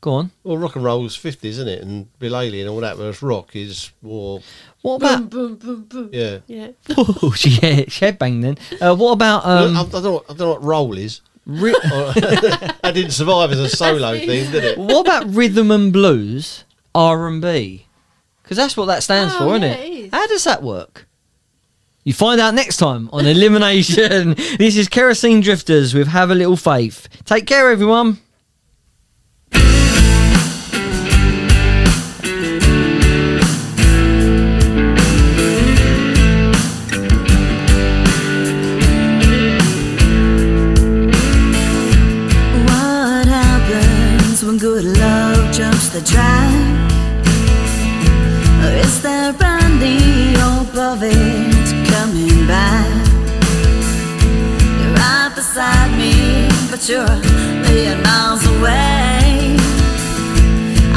go on. Well, rock and roll was 50s, isn't it? And Bilali and all that, whereas rock is more, What boom, about? boom, boom, boom. yeah. Yeah. oh, she, yeah, she headbanged then. Uh, what about? I, I Um, don't know, I don't know what roll is. ri- Or- that didn't survive as a solo That's the- thing, did it? what about rhythm and blues R and B? Because that's what that stands Oh, for, isn't yeah, it? it is. How does that work? You find out next time on Elimination. this is Kerosene Drifters with Have a Little Faith. Take care, everyone. What happens when good love jumps the track? Or is there any hope of it coming back? You're right beside me, but you're a million miles away.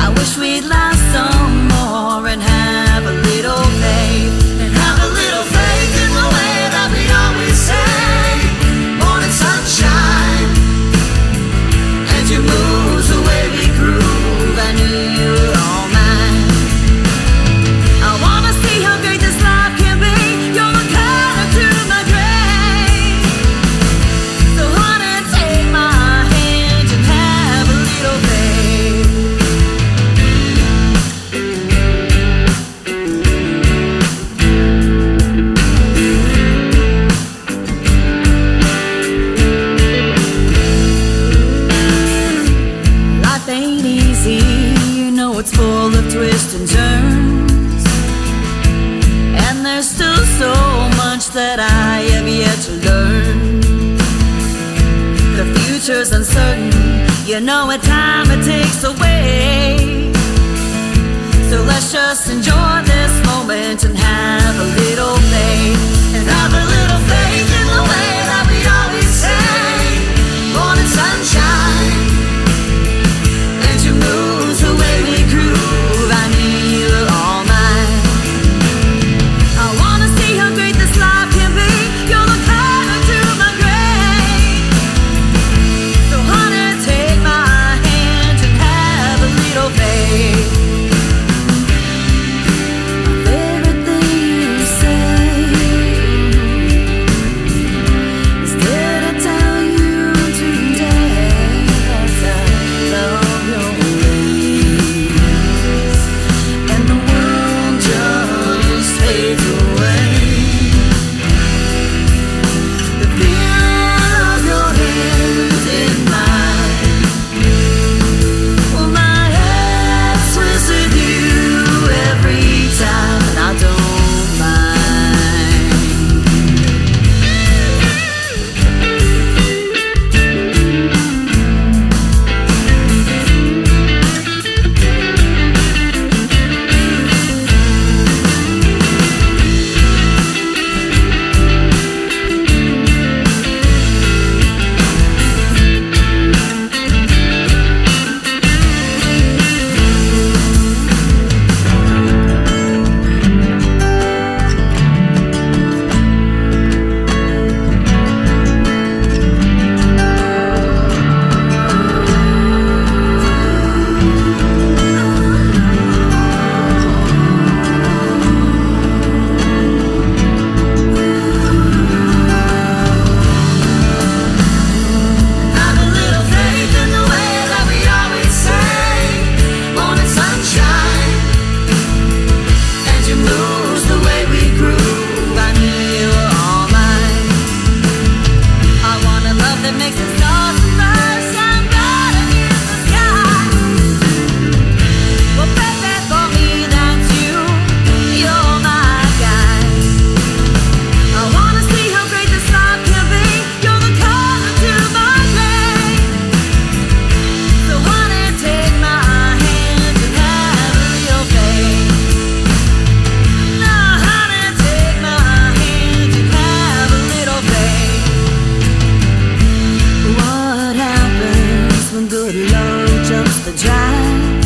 I wish we'd last some more and have a little faith. And have a little faith in the way that we always say. Morning sunshine and you move the way we groove. I knew you were all mine. I wanna see how great this life can be. You're the color to my gray. So honey, take my hand and have a little faith. Life ain't easy, you know it's full of twists and turns. And there's still so much that I have yet to learn. The future's uncertain, you know what time it takes away. So let's just enjoy this moment and have a little faith. And have a little faith in the way that we always say. Morning sunshine. And you move the way we groove. I knew you were all mine. I wanna see how great this life can be. You're the pattern to my grave. So honey, take my hand and have a little faith. My favorite thing you say jumps the drive.